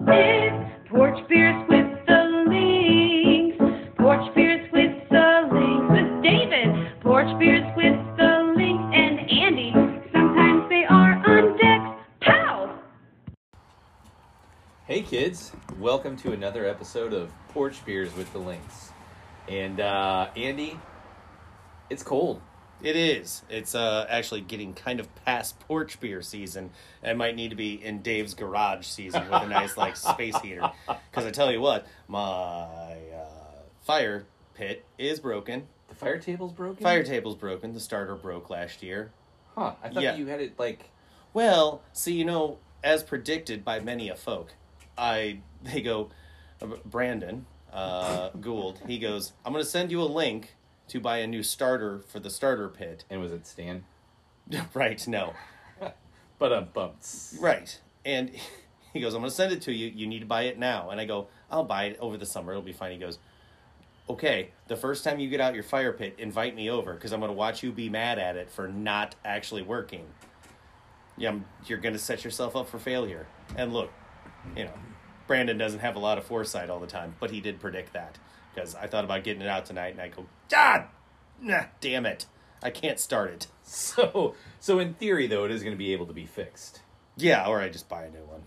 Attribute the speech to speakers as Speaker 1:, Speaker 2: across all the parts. Speaker 1: It's porch beers with the links. Porch beers with the links with David. Porch beers with the links and Andy. Sometimes they are on deck. Pow!
Speaker 2: Hey kids, welcome to another episode of Porch Beers with the Links. And uh, Andy, it's cold.
Speaker 3: It is. It's uh, actually getting kind of past porch beer season. I might need to be in Dave's garage season with a nice like space heater. Because I tell you what, my uh, fire pit is broken.
Speaker 2: The fire table's broken.
Speaker 3: Fire table's broken. The starter broke last year.
Speaker 2: Huh? I thought
Speaker 3: Yeah.
Speaker 2: you had it like.
Speaker 3: Well, see, you know, as predicted by many a folk, I they go, Brandon uh, Gould. He goes, I'm going to send you a link to buy a new starter for the starter pit.
Speaker 2: And was it Stan?
Speaker 3: right? No.
Speaker 2: But a bumps.
Speaker 3: Right. And he goes, I'm going to send it to you. You need to buy it now. And I go, I'll buy it over the summer. It'll be fine. He goes, Okay, the first time you get out your fire pit, invite me over because I'm going to watch you be mad at it for not actually working. Yeah, I'm- you're going to set yourself up for failure. And look, you know, Brandon doesn't have a lot of foresight all the time, but he did predict that because I thought about getting it out tonight and I go, God, nah, damn it. I can't start it.
Speaker 2: So, so in theory though, it is going to be able to be fixed.
Speaker 3: Yeah, or I just buy a new one.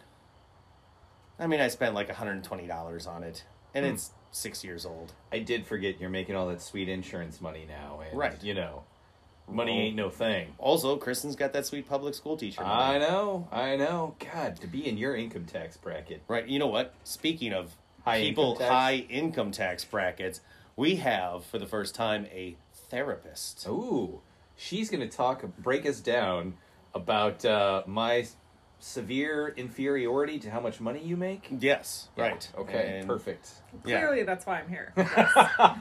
Speaker 3: I mean, I spent like $120 on it, and
Speaker 2: Hmm.
Speaker 3: it's six years old.
Speaker 2: I did forget you're making all that sweet insurance money now, and
Speaker 3: Right.
Speaker 2: you know, money ain't no thing.
Speaker 3: Also, Kristen's got that sweet public school teacher. money.
Speaker 2: I know, I know. God, to be in your income tax bracket.
Speaker 3: Right, you know what? Speaking of
Speaker 2: High
Speaker 3: people,
Speaker 2: income tax?
Speaker 3: high income tax brackets, we have, for the first time, a therapist.
Speaker 2: Oh. Ooh, she's going to talk, break us down about uh, my severe inferiority to how much money you make.
Speaker 3: Yes, right.
Speaker 2: Okay,
Speaker 3: And-
Speaker 2: perfect.
Speaker 3: Yeah.
Speaker 4: Clearly, that's why I'm here.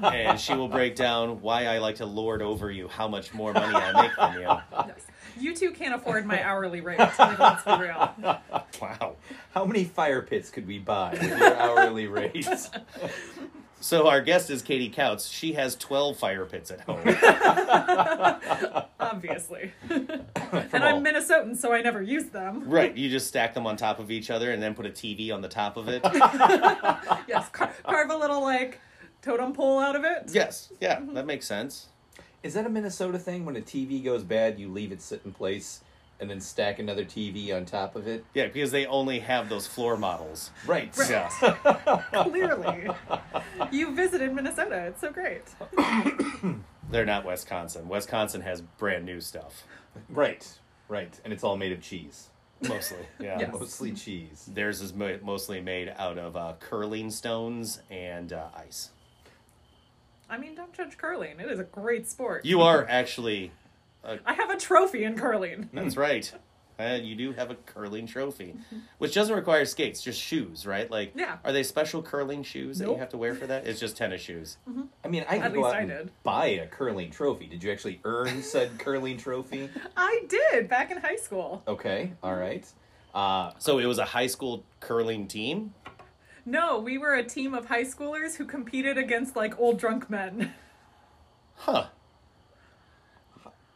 Speaker 3: and she will break down why I like to lord over you how much more money I make than you.
Speaker 4: Yes. You two can't afford my hourly rate. Like, let's be real.
Speaker 3: Wow.
Speaker 2: How many fire pits could we buy with your hourly rates?
Speaker 3: So, our guest is Katie Couts. She has 12 fire pits at home.
Speaker 4: Obviously. and I'm Minnesotan, so I never use them.
Speaker 3: Right, you just stack them on top of each other and then put a TV on the top of it.
Speaker 4: Yes. Car- carve a little like totem pole out of it.
Speaker 3: yes, yeah,
Speaker 4: Mm-hmm.
Speaker 3: that makes sense.
Speaker 2: Is that a Minnesota thing? When a TV goes bad, you leave it sit in place and then stack another TV on top of it?
Speaker 3: Yeah, because they only have those floor models.
Speaker 2: Right.
Speaker 4: Right.
Speaker 3: Yeah.
Speaker 4: Clearly. You visited Minnesota. It's so great.
Speaker 3: They're not Wisconsin. Wisconsin has brand new stuff,
Speaker 2: Right. Right. And it's all made of cheese.
Speaker 3: mostly. Yeah.
Speaker 4: Yes.
Speaker 2: Mostly cheese.
Speaker 3: Theirs is mo- mostly made out of uh, curling stones and uh, ice.
Speaker 4: I mean, don't judge curling. It is a great sport.
Speaker 3: You are actually,
Speaker 4: I have a trophy in curling.
Speaker 3: that's right. Uh, you do have a curling trophy, which doesn't require skates, just shoes, right? Like,
Speaker 4: Yeah.
Speaker 3: are they special curling shoes that you
Speaker 4: Nope. Mm-hmm.
Speaker 3: have to wear for that? It's just tennis shoes.
Speaker 2: I mean, I could
Speaker 4: At
Speaker 2: go
Speaker 4: least
Speaker 2: out
Speaker 4: I
Speaker 2: and
Speaker 4: did.
Speaker 2: buy a curling trophy. Did you actually earn said curling trophy?
Speaker 4: I did back in high school.
Speaker 2: Okay. All right. Uh,
Speaker 3: So it was a high school curling team.
Speaker 4: No, we were a team of high schoolers who competed against like old drunk men.
Speaker 3: Huh.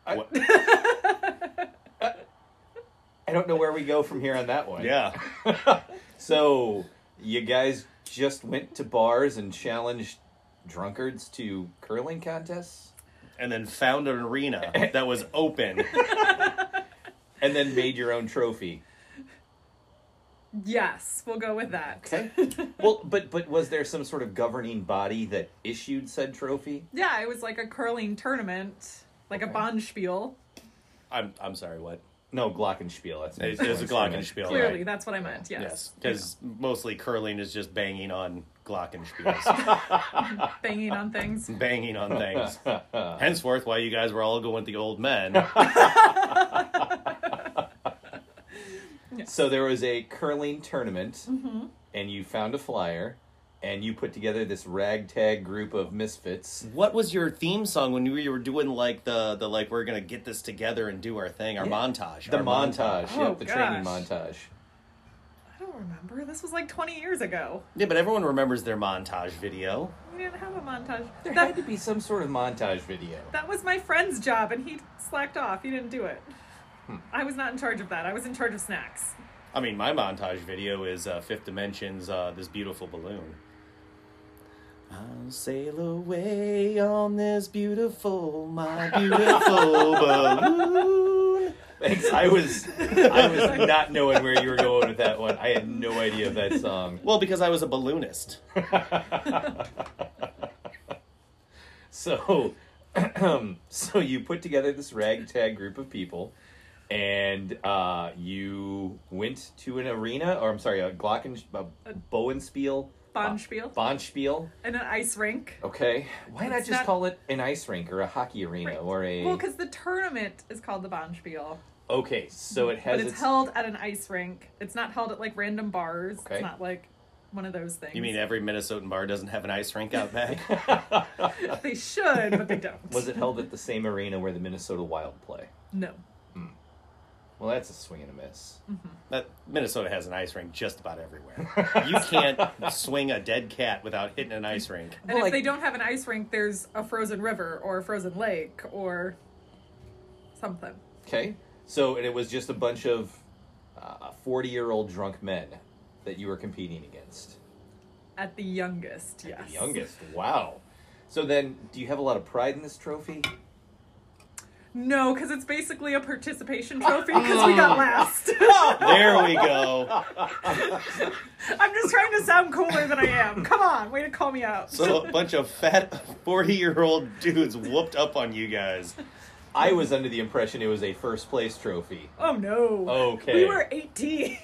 Speaker 2: I-
Speaker 3: What-
Speaker 2: I don't know where we go from here on that one.
Speaker 3: yeah.
Speaker 2: So you guys just went to bars and challenged drunkards to curling contests,
Speaker 3: And then found an arena that was open.
Speaker 2: and then made your own trophy.
Speaker 4: Yes, we'll go with that.
Speaker 2: Okay. well, but but was there some sort of governing body that issued said trophy?
Speaker 4: Yeah, it was like a curling tournament, like a
Speaker 2: Okay.
Speaker 4: Bonspiel.
Speaker 3: I'm I'm sorry, what?
Speaker 2: No, Glockenspiel. That's
Speaker 3: It- it was a Glockenspiel. All right.
Speaker 4: Clearly, that's what I meant. Yes.
Speaker 3: Because mostly curling is just banging on glockenspiels,
Speaker 4: Banging on things.
Speaker 3: banging on things. Henceforth, why you guys were all going with the old men.
Speaker 2: So there was a curling tournament,
Speaker 4: Mm-hmm.
Speaker 2: and you found a flyer, and you put together this ragtag group of misfits.
Speaker 3: What was your theme song when you were doing like the the like we're gonna get this together and do our thing, our
Speaker 2: Yeah.
Speaker 3: montage,
Speaker 2: The
Speaker 3: our
Speaker 2: montage,
Speaker 4: Oh,
Speaker 2: yep, the training
Speaker 4: gosh.
Speaker 2: montage.
Speaker 4: I don't remember. This was like 20 years ago.
Speaker 3: Yeah, but everyone remembers their montage video.
Speaker 4: We didn't have a montage.
Speaker 2: There had
Speaker 4: That,
Speaker 2: to be some sort of montage video.
Speaker 4: that was my friend's
Speaker 2: Hmm.
Speaker 4: job, and he slacked off. He didn't do it. I was not in charge of that. I was in charge of snacks.
Speaker 3: I mean, my montage video is uh, Fifth Dimensions, uh, this beautiful balloon. I'll sail away on this beautiful, my beautiful balloon.
Speaker 2: Thanks. I was I was not knowing where you were going with that one. I had no idea of that song.
Speaker 3: Well, because I was a balloonist.
Speaker 2: so so you put together this ragtag group of people and uh, you went to an arena or I'm sorry, a Glocken a Bowenspiel
Speaker 4: Bonspiel.
Speaker 2: Bonspiel.
Speaker 4: and an ice rink.
Speaker 2: Okay. Why not
Speaker 4: It's
Speaker 2: just
Speaker 4: not-
Speaker 2: call it an ice rink or a hockey arena
Speaker 4: Right.
Speaker 2: or a
Speaker 4: Well, because the tournament is called the Bonspiel,
Speaker 2: Okay, so it has
Speaker 4: but it's, held at an ice rink. It's not held at like random bars.
Speaker 2: Okay.
Speaker 4: It's not like one of those things.
Speaker 3: You mean every Minnesotan bar doesn't have an ice rink out back?
Speaker 4: they should, but they don't.
Speaker 2: was it held at the same arena where the Minnesota Wild play?
Speaker 4: No.
Speaker 2: Well, that's a swing and a miss.
Speaker 3: That Minnesota has an ice rink just about everywhere. You can't swing a dead cat without hitting an ice rink.
Speaker 4: And
Speaker 2: Well,
Speaker 4: if
Speaker 2: like-
Speaker 4: they don't have an ice rink, there's a frozen river or a frozen lake or something.
Speaker 2: Okay. So and it was just a bunch of uh, forty-year-old drunk men that you were competing against.
Speaker 4: At the youngest, yes.
Speaker 2: The youngest. Wow. So then, do you have a lot of pride in this trophy?
Speaker 4: No, because it's basically a participation trophy because we
Speaker 2: Oh.
Speaker 4: got last.
Speaker 3: There we go.
Speaker 4: I'm just trying to sound cooler than I am. Come on, way to call me out.
Speaker 3: So a bunch of fat forty-year-old dudes whooped up on you guys.
Speaker 2: I was under the impression it was a first place trophy.
Speaker 4: oh no.
Speaker 2: Okay.
Speaker 4: We were 18.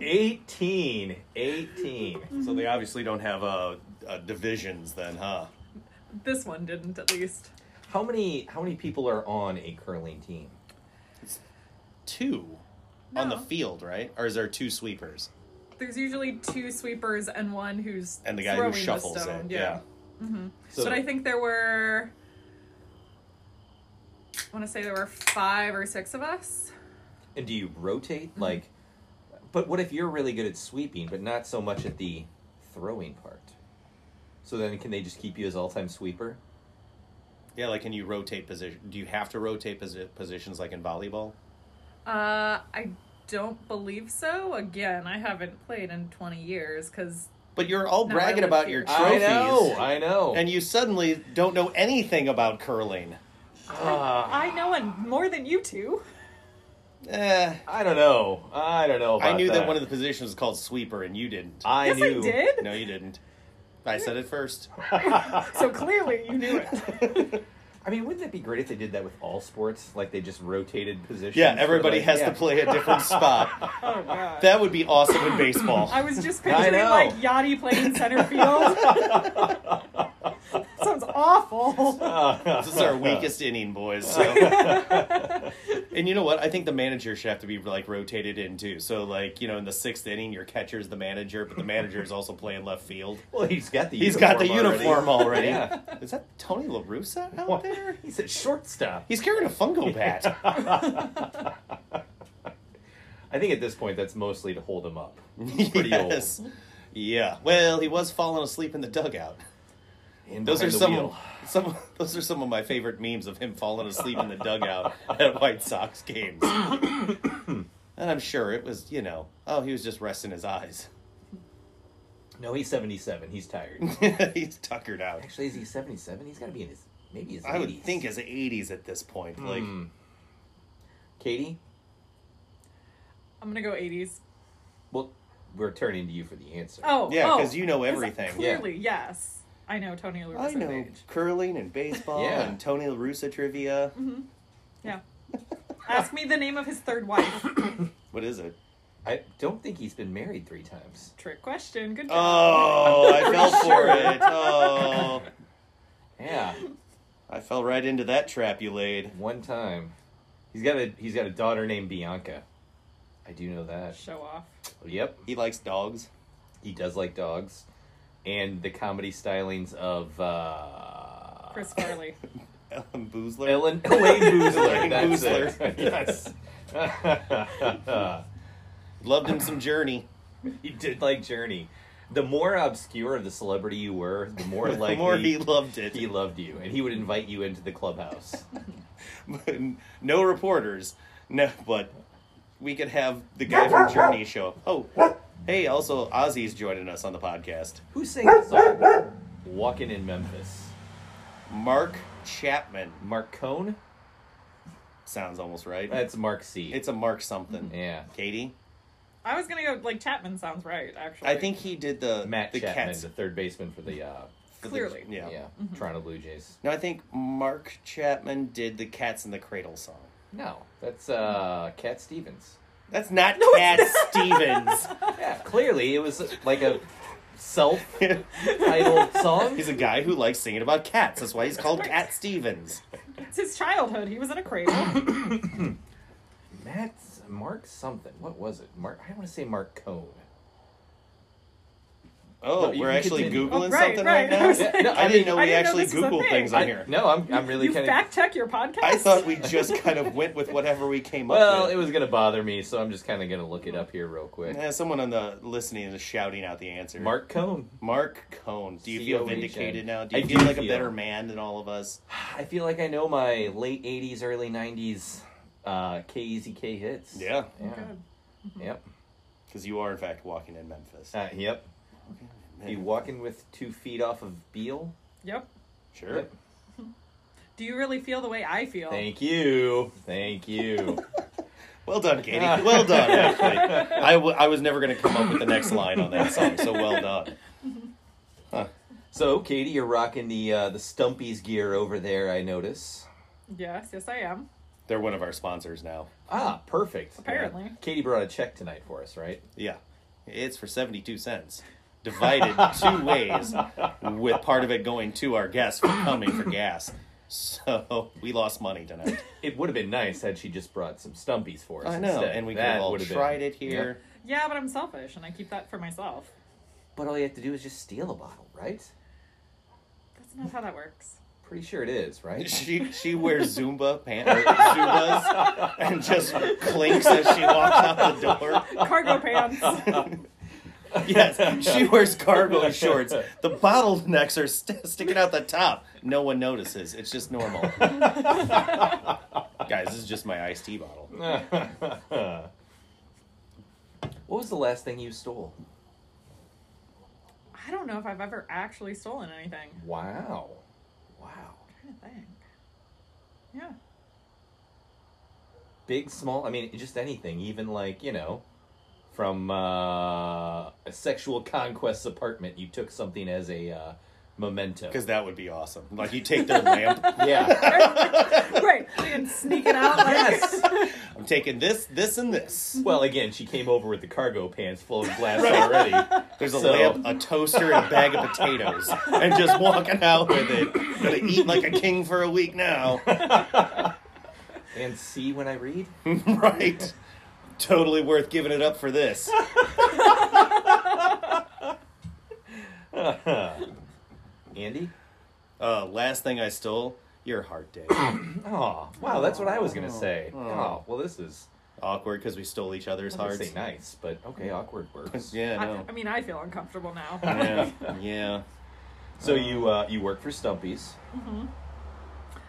Speaker 2: 18. 18.
Speaker 3: So they obviously don't have uh, uh, divisions then, huh?
Speaker 4: this one didn't, at least.
Speaker 2: How many how many people are on a curling team?
Speaker 3: Two on the
Speaker 4: No.
Speaker 3: field, right? Or is there two sweepers
Speaker 4: There's usually two sweepers and one who's
Speaker 3: and the guy
Speaker 4: throwing
Speaker 3: who shuffles
Speaker 4: the stone.
Speaker 3: it?
Speaker 4: Yeah. Mm-hmm.
Speaker 2: So
Speaker 4: but I think there were. I want to say there were five or six of us.
Speaker 2: and do you rotate like but what if you're really good at sweeping but not so much at the throwing part? So then can they just keep you as all-time sweeper?
Speaker 3: Yeah, like can you rotate position? Do you have to rotate posi- positions like in volleyball?
Speaker 4: Uh, I don't believe so. Again, I haven't played in 20 years because
Speaker 3: But you're all
Speaker 4: No, I
Speaker 3: bragging
Speaker 4: live
Speaker 3: about
Speaker 4: here.
Speaker 3: your trophies.
Speaker 2: I know. I know.
Speaker 3: and you suddenly don't know anything about curling.
Speaker 2: Ah,
Speaker 4: I know and more than you two.
Speaker 3: Eh,
Speaker 2: I don't know. I don't know.
Speaker 3: I
Speaker 2: about
Speaker 3: knew that. one of the positions was called sweeper, and you didn't.
Speaker 2: I
Speaker 4: yes,
Speaker 2: knew.
Speaker 4: I did.
Speaker 3: no, you didn't. I said it first.
Speaker 4: So clearly you knew it.
Speaker 2: I mean, wouldn't that be great if they did that with all sports? Like they just rotated positions.
Speaker 3: Yeah,
Speaker 2: for,
Speaker 3: everybody
Speaker 2: like-
Speaker 3: has
Speaker 2: yeah.
Speaker 3: to play a different spot.
Speaker 4: Oh god.
Speaker 3: That would be awesome in baseball.
Speaker 4: I was just
Speaker 2: I
Speaker 4: picturing
Speaker 2: know.
Speaker 4: like Yachty playing center field. Sounds awful.
Speaker 2: Uh,
Speaker 3: This is our weakest inning, boys. So. and you know what? I think the manager should have to be like rotated in too. So like you know, in the sixth inning, your catcher's the manager, but the manager is also playing left field.
Speaker 2: Well, he's got the.
Speaker 3: He's
Speaker 2: uniform
Speaker 3: got the uniform already.
Speaker 2: Yeah.
Speaker 3: Is that Tony La Russa out
Speaker 2: What?
Speaker 3: there?
Speaker 2: He's at shortstop.
Speaker 3: He's carrying a fungo bat.
Speaker 2: I think at this point that's mostly to hold him up. He's pretty
Speaker 3: yes. Yeah. Well, he was falling asleep in the dugout.
Speaker 2: old. And
Speaker 3: Those are
Speaker 2: behind the
Speaker 3: some
Speaker 2: wheel.
Speaker 3: some those are some of my favorite memes of him falling asleep in the dugout at White Sox games. and I'm sure it was, you know, oh, he was just resting his eyes.
Speaker 2: No, he's seventy-seven. He's tired.
Speaker 3: He's tuckered out.
Speaker 2: Actually, is he seventy-seven? He's got to be in his maybe his. 80s.
Speaker 3: I would think his 80s at this point. Like
Speaker 2: Hmm. Katie,
Speaker 4: I'm gonna go 80s.
Speaker 2: well, we're turning to you for the answer.
Speaker 4: Oh
Speaker 3: Yeah,
Speaker 4: oh,
Speaker 3: 'cause you know everything, yeah.
Speaker 4: Clearly, yes. I know Tony La
Speaker 3: I
Speaker 4: Russa's
Speaker 3: know
Speaker 4: age.
Speaker 3: curling and baseball
Speaker 2: Yeah.
Speaker 3: and Tony La Russa trivia.
Speaker 4: Yeah. Ask me the name of his third wife.
Speaker 3: What is it?
Speaker 2: I don't think he's been married three times.
Speaker 4: Trick question. Good job.
Speaker 3: Oh, I fell for it. Oh.
Speaker 2: Yeah,
Speaker 3: I fell right into that trap you laid.
Speaker 2: one time. He's got a he's got a daughter named Bianca. I do know
Speaker 3: Uh,
Speaker 2: that.
Speaker 4: Show off.
Speaker 2: Yep,
Speaker 3: He likes dogs.
Speaker 2: he does like dogs, and the comedy stylings of uh,
Speaker 4: Chris Farley.
Speaker 3: Ellen Boozler.
Speaker 2: Ellen Elaine Boozler.
Speaker 3: Elaine
Speaker 2: That's
Speaker 3: Boozler.
Speaker 2: it. Yes.
Speaker 3: Loved him some Journey.
Speaker 2: he did like Journey. The more obscure of the celebrity you were, the more
Speaker 3: the
Speaker 2: likely
Speaker 3: more he
Speaker 2: he,
Speaker 3: loved it.
Speaker 2: loved you, and he would invite you into the clubhouse.
Speaker 3: no reporters. No, but we could have the guy from Journey show up. Oh, hey, also Ozzy's joining us on the podcast.
Speaker 2: Who sang the song? Walking in Memphis.
Speaker 3: Mark Chapman
Speaker 2: Marcone?
Speaker 3: sounds almost right.
Speaker 2: That's Mark C.
Speaker 3: It's a Mark something.
Speaker 2: Uh, yeah.
Speaker 3: Katie,
Speaker 4: I was gonna go like Chapman sounds right. Actually,
Speaker 3: I think he did the
Speaker 2: Matt
Speaker 3: the
Speaker 2: Chapman,
Speaker 3: Cats.
Speaker 2: the third baseman for the uh,
Speaker 4: clearly.
Speaker 3: Yeah.
Speaker 2: yeah, Toronto Blue Jays.
Speaker 3: No, I think Mark Chapman did the Cats in the Cradle song.
Speaker 2: No, that's uh, Cat Stevens.
Speaker 3: That's not
Speaker 4: No,
Speaker 3: Cat
Speaker 4: it's
Speaker 3: Stevens.
Speaker 2: Yeah, clearly it was like a self-titled song.
Speaker 3: he's a guy who likes singing about cats. That's why he's called Cat Stevens.
Speaker 4: It's his childhood. He was in a cradle.
Speaker 2: Matt Mark something. What was it? Mark. I want to say Mark Cone.
Speaker 3: Oh,
Speaker 2: No, you
Speaker 3: we're
Speaker 2: can
Speaker 3: actually
Speaker 2: continue.
Speaker 3: googling
Speaker 4: Oh, right,
Speaker 3: something right,
Speaker 4: right.
Speaker 3: now.
Speaker 4: Yeah,
Speaker 2: no,
Speaker 3: I,
Speaker 2: I mean-
Speaker 3: didn't know
Speaker 4: I
Speaker 3: we
Speaker 4: didn't know
Speaker 3: actually
Speaker 4: this was a
Speaker 3: Googled
Speaker 4: thing.
Speaker 3: things on
Speaker 2: I,
Speaker 3: here.
Speaker 2: no, I'm. I'm really
Speaker 4: you
Speaker 2: kind of.
Speaker 4: fact check your podcast.
Speaker 3: I thought we just kind of went with whatever we came
Speaker 2: Well,
Speaker 3: up
Speaker 2: it
Speaker 3: with.
Speaker 2: was gonna bother me, so I'm just kind of gonna look it up here real quick.
Speaker 3: Eh, someone on the listening is shouting out the answer.
Speaker 2: Mark Cone.
Speaker 3: Mark Cohn. Do you feel
Speaker 2: C O H N.
Speaker 3: vindicated now? Do you
Speaker 2: I
Speaker 3: feel
Speaker 2: do
Speaker 3: like a
Speaker 2: feel-
Speaker 3: better man than all of us?
Speaker 2: I feel like I know my late '80s, early '90s uh, KZK hits.
Speaker 3: Yeah,
Speaker 2: Yeah.
Speaker 4: God.
Speaker 2: Yep.
Speaker 3: because you are in fact walking in Memphis.
Speaker 2: Uh, yep.
Speaker 3: Man,
Speaker 2: You walking with two feet off of Beal.
Speaker 4: Yep.
Speaker 3: sure.
Speaker 2: Yep.
Speaker 4: Do you really feel the way I feel?
Speaker 2: Thank you. Thank you.
Speaker 3: Well done, Katie. Well done. Actually, I, w- I was never going to come up with the next line on that song, so well done.
Speaker 2: so, Katie, you're rocking the uh, the Stumpy's gear over there. I notice.
Speaker 4: yes, yes, I am.
Speaker 3: They're one of our sponsors now.
Speaker 2: Ah, perfect.
Speaker 4: Apparently.
Speaker 2: Yeah. Katie brought a check tonight for us, right?
Speaker 3: Yeah, it's for seventy-two cents, divided two ways, with part of it going to our guests for coming for gas. So we lost money tonight.
Speaker 2: It would have been nice had she just brought some stumpies for us.
Speaker 3: I know,
Speaker 2: instead.
Speaker 3: and we could
Speaker 2: That
Speaker 3: have all
Speaker 2: would have been-
Speaker 3: tried it here.
Speaker 2: Yeah.
Speaker 4: Yeah, but I'm selfish and I keep that for myself.
Speaker 2: But all you have to do is just steal a bottle, right?
Speaker 4: That's not how that works.
Speaker 2: Pretty sure it is, right?
Speaker 3: She she wears Zumba pants, or Zubas, and just clinks as she walks out the door.
Speaker 4: Cargo pants.
Speaker 3: Yes, she wears cargo shorts. The bottlenecks are st- sticking out the top. No one notices. It's just normal. Guys, this is just my iced tea bottle.
Speaker 2: what was the last thing you stole?
Speaker 4: I don't know if I've ever actually stolen anything.
Speaker 2: Wow. Wow.
Speaker 4: I'm trying to think. Yeah.
Speaker 2: Big, small, I mean, just anything, even like, you know, from uh, a sexual conquest apartment, you took something as a uh, memento.
Speaker 3: Because that would be awesome. Like you take their lamp.
Speaker 2: Yeah.
Speaker 4: Right. You can sneak it out. Like,
Speaker 2: yes.
Speaker 3: I'm taking this, this, and this.
Speaker 2: Well, again, she came over with the cargo pants full of glass already.
Speaker 3: There's a
Speaker 2: So-
Speaker 3: lamp, a toaster, and a bag of potatoes, and just walking out with it. Gonna eat like a king for a week now.
Speaker 2: And see when I read?
Speaker 3: right. Totally worth giving it up for this.
Speaker 2: Andy?
Speaker 3: Uh, last thing I stole, your heart day.
Speaker 2: Oh, wow, that's what I was going to say. Oh, well, this is
Speaker 3: Awkward because we stole each other's
Speaker 2: hard
Speaker 3: hearts.
Speaker 2: to say nice, but okay, awkward words.
Speaker 3: Yeah,
Speaker 4: I,
Speaker 3: no.
Speaker 4: I mean, I feel uncomfortable now.
Speaker 3: yeah, yeah.
Speaker 2: So you uh, you work for Stumpy's.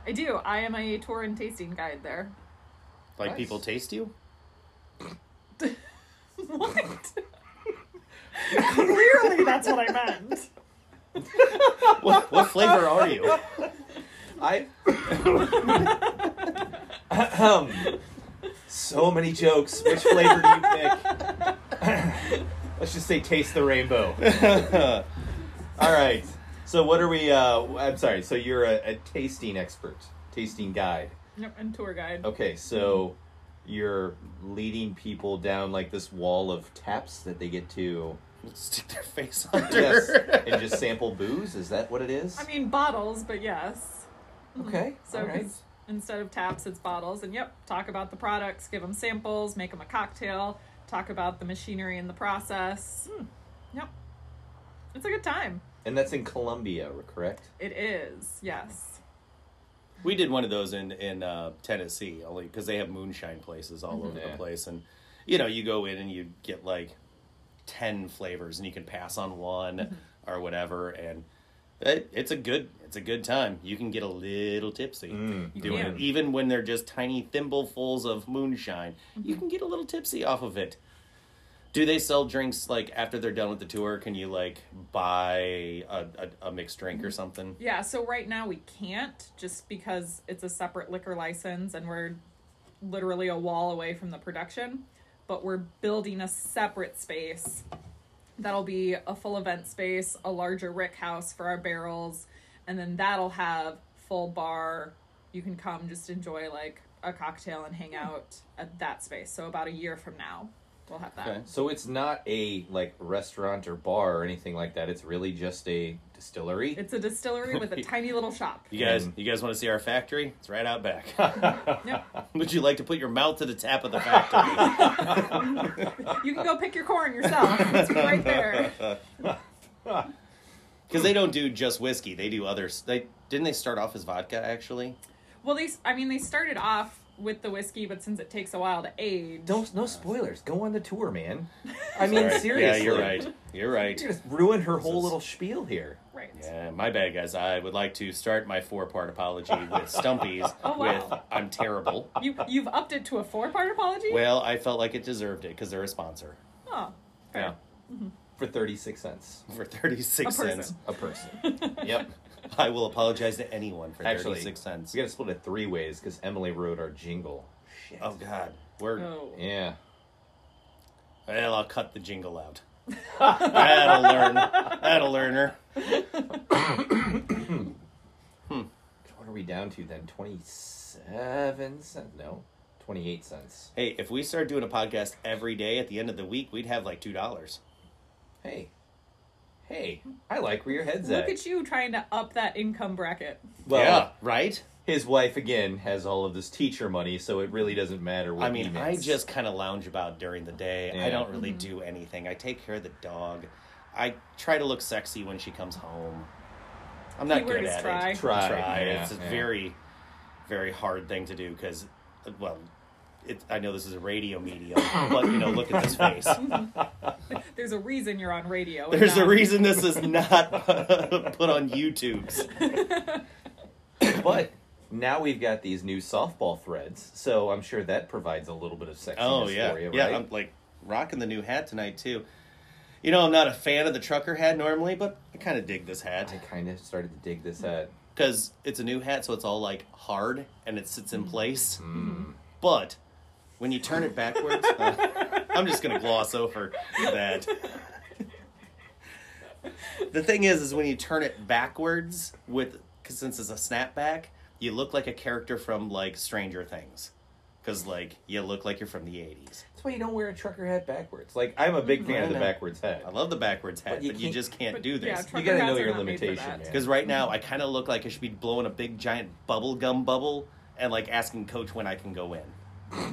Speaker 4: I do. I am a tour and tasting guide there.
Speaker 3: Like
Speaker 2: Nice.
Speaker 3: people taste you?
Speaker 4: What? Clearly, that's what I meant.
Speaker 3: What, what flavor are you?
Speaker 2: I. Ahem. so many jokes. Which flavor do you pick? Let's just say taste the rainbow. All right. So what are we? Uh, I'm sorry. So you're a, a tasting expert, tasting guide.
Speaker 4: Yep, and tour guide.
Speaker 2: Okay, so you're leading people down like this wall of taps that they get to
Speaker 3: Stick their face under.
Speaker 2: yes, and just sample booze. Is that what it is?
Speaker 4: I mean, bottles, but yes.
Speaker 2: okay.
Speaker 4: So
Speaker 3: Mm-hmm.
Speaker 2: all right.
Speaker 4: 'cause instead of taps, it's bottles. And yep, talk about the products, give them samples, make them a cocktail, talk about the machinery and the process. Yep. It's a good time.
Speaker 2: And that's in Colombia, correct?
Speaker 4: It is, yes.
Speaker 3: We did one of those in in uh, Tennessee, only because they have moonshine places all over the
Speaker 2: Yeah.
Speaker 3: place, and you know you go in and you get like ten flavors, and you can pass on one or whatever, and It, it's a good it's a good time. You can get a little tipsy
Speaker 2: Mm.
Speaker 3: doing
Speaker 4: Yeah.
Speaker 3: it. Even when they're just tiny thimblefuls of moonshine, you can get a little tipsy off of it. Do they sell drinks like after they're done with the tour? Can you like buy a, a, a mixed drink or something?
Speaker 4: Yeah, so right now we can't just because it's a separate liquor license and we're literally a wall away from the production, but we're building a separate space that'll be a full event space, a larger rick house for our barrels, and then that'll have full bar. You can come just enjoy like a cocktail and hang out at that space. So about a year from now, we'll have that.
Speaker 3: Okay.
Speaker 2: So it's not a like restaurant or bar or anything like that. It's really just a distillery.
Speaker 4: It's a distillery with a tiny little shop.
Speaker 3: You guys,
Speaker 2: Mm.
Speaker 3: you guys want to see our factory? It's right out back.
Speaker 4: Yep.
Speaker 3: Would you like to put your mouth to the tap of the factory?
Speaker 4: You can go pick your corn yourself. It's right there.
Speaker 3: Because they don't do just whiskey; they do others. They didn't they start off as vodka actually.
Speaker 4: Well, they, I mean, they started off with the whiskey, but since it takes a while to age,
Speaker 2: Don't no spoilers. Go on the tour, man. I mean, seriously.
Speaker 3: Yeah, you're right. You're right.
Speaker 2: You just ruined her whole
Speaker 3: is-
Speaker 2: little spiel here.
Speaker 4: right?
Speaker 3: Yeah, my bad, guys. I would like to start my four-part apology with Stumpy's
Speaker 4: Oh, wow.
Speaker 3: with "I'm terrible."
Speaker 4: You you've upped it to a four part apology.
Speaker 3: Well, I felt like it deserved it because they're a sponsor
Speaker 4: oh, fair.
Speaker 2: For thirty six cents
Speaker 3: for
Speaker 4: A
Speaker 3: thirty-six
Speaker 4: person.
Speaker 3: cents.
Speaker 2: a person. yep.
Speaker 3: I will apologize to anyone for
Speaker 2: Actually,
Speaker 3: thirty-six cents.
Speaker 2: We got to split it three ways because Emily wrote our jingle. Shit.
Speaker 3: Oh God, we're
Speaker 4: Oh.
Speaker 2: Yeah.
Speaker 3: well. I'll cut the jingle out. That'll learn. That'll learn her.
Speaker 2: What are we down to then? Twenty seven cents? No, twenty eight cents.
Speaker 3: Hey, if we started doing a podcast every day at the end of the week, we'd have like two dollars.
Speaker 2: Hey. Hey, I like where your head's
Speaker 4: Look
Speaker 2: at.
Speaker 4: at you trying to up that income bracket.
Speaker 2: Well,
Speaker 3: right.
Speaker 2: his wife again has all of this teacher money, so it really doesn't matter what
Speaker 3: I
Speaker 2: he
Speaker 3: mean, I
Speaker 2: makes.
Speaker 3: just kind of lounge about during the day.
Speaker 2: Yeah.
Speaker 3: I don't really do anything. I take care of the dog. I try to look sexy when she comes home. I'm not
Speaker 4: Keyword
Speaker 3: good
Speaker 4: is
Speaker 3: at
Speaker 4: try.
Speaker 3: it.
Speaker 2: Try, yeah,
Speaker 3: it's a
Speaker 2: yeah.
Speaker 3: very, very hard thing to do because, well, it, I know this is a radio medium, but you know, look at this face.
Speaker 4: There's a reason you're on radio.
Speaker 2: Oh,
Speaker 4: and
Speaker 3: There's a
Speaker 4: not-
Speaker 3: reason this is not put on YouTube's.
Speaker 2: But now we've got these new softball threads, so I'm sure that provides a little bit of sexiness
Speaker 3: Oh yeah,
Speaker 2: for you,
Speaker 3: yeah.
Speaker 2: right?
Speaker 3: I'm like rocking the new hat tonight too. You know, I'm not a fan of the trucker hat normally, but I kind of dig this hat
Speaker 2: I kind of started to dig this at.
Speaker 3: because it's a new hat, so it's all like hard and it sits
Speaker 2: Mm.
Speaker 3: in place. But when you turn it backwards, I'm just gonna gloss over that. the thing is, is when you turn it backwards with, cause since it's a snapback, you look like a character from like Stranger Things, because like you look like you're from the '80s.
Speaker 2: That's why you don't wear a trucker hat backwards. Like I'm a big fan of the
Speaker 3: Mhm.
Speaker 2: backwards hat.
Speaker 3: I love the backwards
Speaker 2: But
Speaker 3: hat, but
Speaker 2: you
Speaker 3: you,
Speaker 2: can't-
Speaker 3: just can't
Speaker 4: But
Speaker 3: do
Speaker 4: yeah,
Speaker 3: this.
Speaker 4: trucker
Speaker 2: You gotta know
Speaker 4: hats are
Speaker 2: your
Speaker 4: not made for
Speaker 2: limitation,
Speaker 4: that.
Speaker 2: man.
Speaker 3: Because right now, I kind of look like I should be blowing a big giant bubble gum bubble and like asking coach when I can go in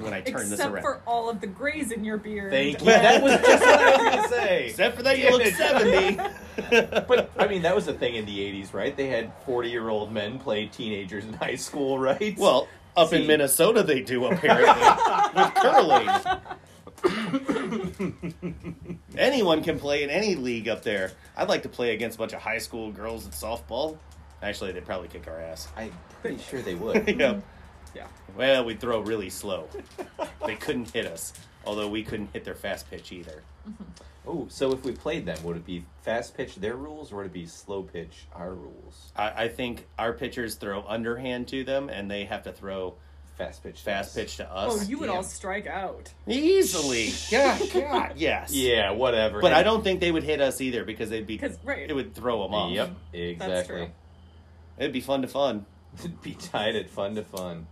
Speaker 3: when I turn this
Speaker 4: Except
Speaker 3: around.
Speaker 4: for all of the grays in your beard.
Speaker 3: Thank you.
Speaker 2: Yeah, that was just what I was gonna say.
Speaker 3: Except for that, you look
Speaker 2: Damn it.
Speaker 3: seventy.
Speaker 2: But I mean, that was a thing in the '80s, right? They had 40-year-old men play teenagers in high school, right?
Speaker 3: Well, up
Speaker 2: See.
Speaker 3: in Minnesota, they do apparently with curling. Anyone can play in any league up there. I'd like to play against a bunch of high school girls at softball. Actually, they'd probably kick our ass.
Speaker 2: I'm pretty sure they would.
Speaker 3: yeah.
Speaker 4: Yeah.
Speaker 3: Well, we throw really slow. they couldn't hit us, although we couldn't hit their fast pitch either.
Speaker 2: oh, so if we played them, would it be fast pitch their rules, or would it be slow pitch our rules?
Speaker 3: I, I think our pitchers throw underhand to them, and they have to throw
Speaker 2: Fast pitch.
Speaker 3: fast pitch to us
Speaker 4: Oh, you would
Speaker 2: Damn.
Speaker 4: all strike out.
Speaker 3: easily. God, God, yes.
Speaker 2: Yeah, whatever.
Speaker 3: But I don't think they would hit us either because they'd be
Speaker 4: 'Cause- right.
Speaker 3: it would throw them off.
Speaker 2: Yep,
Speaker 4: That's
Speaker 2: exactly.
Speaker 4: true.
Speaker 3: It'd be fun to fun.
Speaker 2: It'd be tied at fun to fun.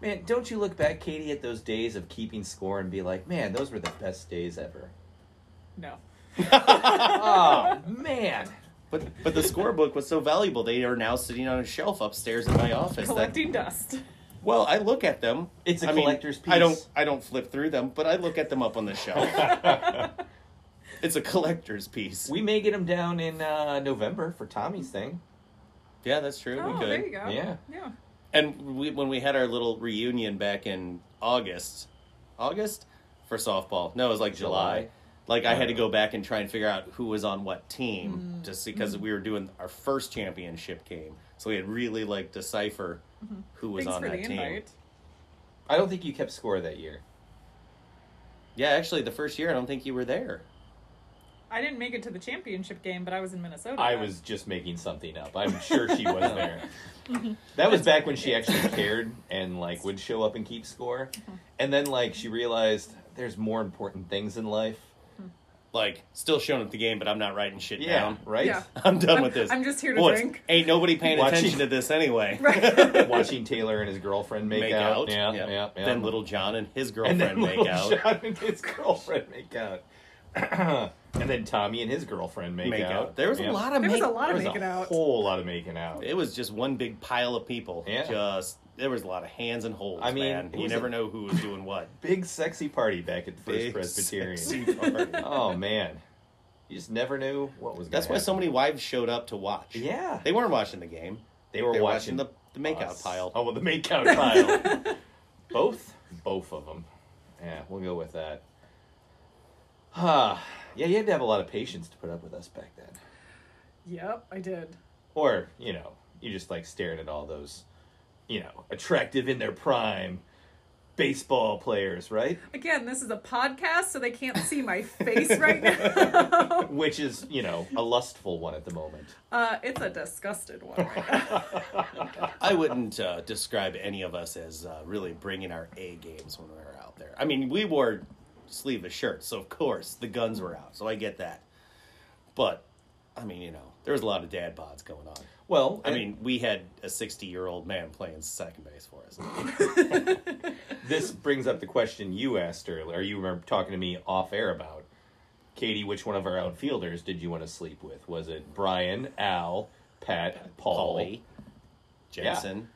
Speaker 2: Man, don't you look back, Katie, at those days of keeping score and be like, man, those were the best days ever.
Speaker 4: No.
Speaker 2: oh man.
Speaker 3: But but the scorebook was so valuable. They are now sitting on a shelf upstairs in my office. that-
Speaker 4: Collecting dust.
Speaker 3: well, I look at them.
Speaker 2: It's a
Speaker 3: I mean,
Speaker 2: collector's piece.
Speaker 3: I don't I don't flip through them, but I look at them up on the shelf. it's a collector's piece.
Speaker 2: We may get them down in uh, November for Tommy's thing.
Speaker 3: yeah, that's true. we
Speaker 4: Oh,
Speaker 3: could.
Speaker 4: there you go.
Speaker 2: Yeah.
Speaker 4: Yeah.
Speaker 3: And we, when we had our little reunion back in August, August for softball. No, it was like July. Like I had
Speaker 2: Uh.
Speaker 3: to go back and try and figure out who was on what team,
Speaker 4: Mm.
Speaker 3: just because we were doing our first championship game, so we had really like decipher who was
Speaker 4: Mm-hmm. Thanks
Speaker 3: on
Speaker 4: for
Speaker 3: that
Speaker 4: the
Speaker 3: team.
Speaker 4: invite.
Speaker 2: I don't think you kept score that year.
Speaker 3: Yeah, actually, the first year I don't think you were there.
Speaker 4: I didn't make it to the championship game, but I was in Minnesota.
Speaker 2: I was just making something up. I'm sure she was there. That was back when she actually cared and like would show up and keep score. And then like she realized there's more important things in life.
Speaker 3: Like, still showing up the game, but I'm not writing shit
Speaker 2: Yeah,
Speaker 3: down.
Speaker 2: right?
Speaker 4: Yeah.
Speaker 3: I'm done with this.
Speaker 4: I'm just here to
Speaker 3: What's-
Speaker 4: drink.
Speaker 3: Ain't nobody paying
Speaker 2: Watching-
Speaker 3: attention to this anyway.
Speaker 4: Right.
Speaker 2: Watching Taylor and his girlfriend make, out. Yeah, yeah, yeah,
Speaker 3: Then little John and his
Speaker 2: and
Speaker 3: girlfriend
Speaker 2: then
Speaker 3: make
Speaker 2: little
Speaker 3: out.
Speaker 2: John and his girlfriend make out. and then Tommy and his girlfriend make,
Speaker 3: Make
Speaker 2: out.
Speaker 3: out. There was
Speaker 2: Yeah.
Speaker 3: a lot of
Speaker 4: There was
Speaker 3: make-
Speaker 4: a lot
Speaker 2: There
Speaker 4: of
Speaker 2: was
Speaker 4: making
Speaker 2: a
Speaker 4: out.
Speaker 2: whole lot of making out.
Speaker 3: It was just one big pile of people.
Speaker 2: Yeah.
Speaker 3: Just there was a lot of hands and holes.
Speaker 2: I mean,
Speaker 3: man.
Speaker 2: it
Speaker 3: you
Speaker 2: was
Speaker 3: never
Speaker 2: a-
Speaker 3: know who was doing what.
Speaker 2: Big sexy party back at the First
Speaker 3: Big
Speaker 2: Presbyterian.
Speaker 3: sexy party.
Speaker 2: oh man, you just never knew what was.
Speaker 3: That's why
Speaker 2: gonna
Speaker 3: so many wives showed up to watch.
Speaker 2: happen. Yeah,
Speaker 3: They weren't watching the game.
Speaker 2: they were
Speaker 3: they were
Speaker 2: watching,
Speaker 3: watching, the, the makeout
Speaker 2: us.
Speaker 3: pile.
Speaker 2: Oh, well, the makeout pile. Both, both of them. Yeah, we'll go with that. Huh. Yeah, you had to have a lot of patience to put up with us back then.
Speaker 4: Yep, I did.
Speaker 2: Or, you know, you just like staring at all those, you know, attractive in their prime baseball players, right?
Speaker 4: Again, this is a podcast, so they can't see my face right now.
Speaker 2: Which is, you know, a lustful one at the moment.
Speaker 4: uh, it's a disgusted one. Right now.
Speaker 3: I wouldn't uh, describe any of us as uh, really bringing our A games when we were out there. I mean, we wore sleeveless shirts, so of course the guns were out, so I get that. But, I mean, you know, there was a lot of dad bods going on.
Speaker 2: Well,
Speaker 3: I mean, we had a 60 year old man playing second base for us.
Speaker 2: this brings up the question you asked earlier. or You remember talking to me off air about Katie. Which one of our outfielders did you want to sleep with? Was it Brian, Al, Pat, Paul,
Speaker 3: Paulie, Jensen,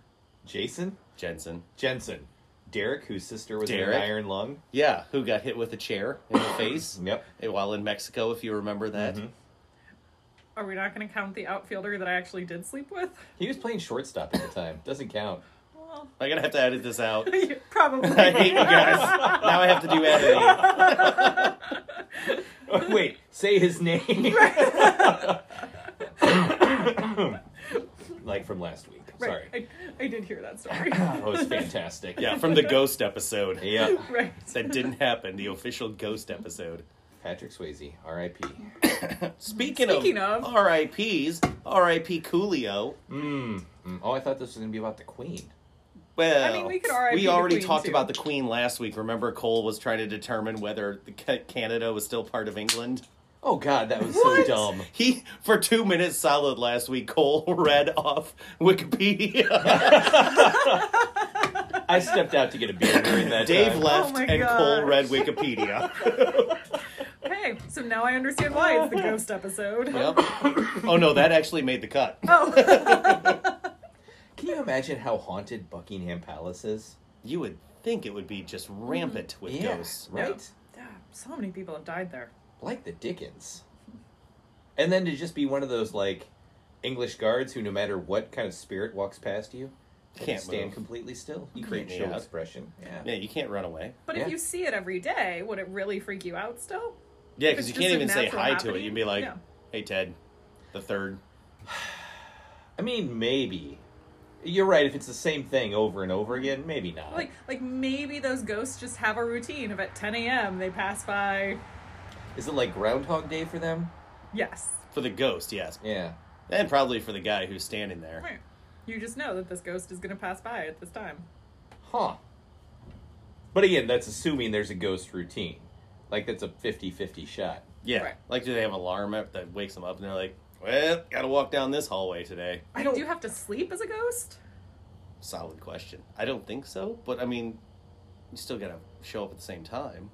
Speaker 2: Jason,
Speaker 3: Jensen.
Speaker 2: Jensen, Derek, whose sister was in
Speaker 3: Derek.
Speaker 2: an iron lung?
Speaker 3: Yeah, who got hit with a chair in the face
Speaker 2: Yep.
Speaker 3: eh, while in Mexico, if you remember that.
Speaker 2: Mm-hmm.
Speaker 4: Are we not going to count the outfielder that I actually did sleep with?
Speaker 2: He was playing shortstop at the time. Doesn't count.
Speaker 4: Well,
Speaker 3: I'm going to have to edit this out.
Speaker 4: probably.
Speaker 3: I hate you guys. Now I have to do editing.
Speaker 2: Oh, wait, say his name. like from last week. Sorry.
Speaker 4: Right. I, I did hear that story.
Speaker 3: Oh,
Speaker 2: That was fantastic.
Speaker 3: Yeah, from the ghost episode.
Speaker 2: Yeah.
Speaker 4: right.
Speaker 3: That didn't happen, the official ghost episode.
Speaker 2: Patrick Swayze, R.I.P.
Speaker 3: Speaking,
Speaker 4: Speaking
Speaker 3: of,
Speaker 4: of-
Speaker 3: RIPs, RIP Coolio.
Speaker 2: Mm. Mm. Oh, I thought this was going to be about the Queen.
Speaker 3: Well,
Speaker 4: I mean, we could RIP
Speaker 3: we
Speaker 4: the
Speaker 3: already
Speaker 4: Queen,
Speaker 3: talked
Speaker 4: too.
Speaker 3: about the Queen last week. Remember, Cole was trying to determine whether the Ca- Canada was still part of England.
Speaker 2: Oh God, that was
Speaker 4: What?
Speaker 2: so dumb.
Speaker 3: He, for two minutes solid last week, Cole read off Wikipedia.
Speaker 2: I stepped out to get a beer during that
Speaker 3: Dave
Speaker 2: time.
Speaker 3: left,
Speaker 4: Oh my
Speaker 3: and
Speaker 4: gosh.
Speaker 3: Cole read Wikipedia.
Speaker 4: Okay, so now I understand why it's the ghost episode.
Speaker 3: yep. Oh no, that actually made the cut.
Speaker 4: Oh,
Speaker 2: Can you imagine how haunted Buckingham Palace is?
Speaker 3: You would think it would be just rampant with
Speaker 2: yeah,
Speaker 3: ghosts.
Speaker 2: right?
Speaker 4: Yeah, so many people have died there.
Speaker 2: Like the Dickens. And then to just be one of those like English guards who, no matter what kind of spirit walks past you,
Speaker 3: Can't
Speaker 2: stand
Speaker 3: move.
Speaker 2: completely still. You
Speaker 3: Creep
Speaker 2: can't
Speaker 3: me
Speaker 2: show
Speaker 3: out.
Speaker 2: expression. Yeah.
Speaker 3: Yeah, you can't run away.
Speaker 4: But
Speaker 2: Yeah.
Speaker 4: if you see it every day, would it really freak you out still?
Speaker 3: Yeah,
Speaker 4: If
Speaker 3: because you
Speaker 4: it's
Speaker 3: can't
Speaker 4: just a
Speaker 3: even say
Speaker 4: natural
Speaker 3: hi to it.
Speaker 4: happening,
Speaker 3: You'd be like,
Speaker 4: yeah.
Speaker 3: "Hey, Ted, the third.
Speaker 2: I mean, maybe. You're right. If it's the same thing over and over again, maybe not.
Speaker 4: Like, like maybe those ghosts just have a routine of at 10 a.m. they pass by.
Speaker 2: is it like Groundhog Day for them?
Speaker 4: Yes,
Speaker 3: For the ghost, yes,
Speaker 2: Yeah.
Speaker 3: and probably for the guy who's standing there.
Speaker 4: right. You just know that this ghost is going to pass by at this time.
Speaker 2: Huh. But again, that's assuming there's a ghost routine. Like, that's a 50 50 shot.
Speaker 3: Yeah,
Speaker 4: Right.
Speaker 3: like do they have an alarm up that wakes them up, and they're like, "Well, gotta walk down this hallway today."
Speaker 2: I don't.
Speaker 4: Do you have to sleep as a ghost?
Speaker 3: Solid question. I don't think so, but I mean, you still gotta show up at the same time.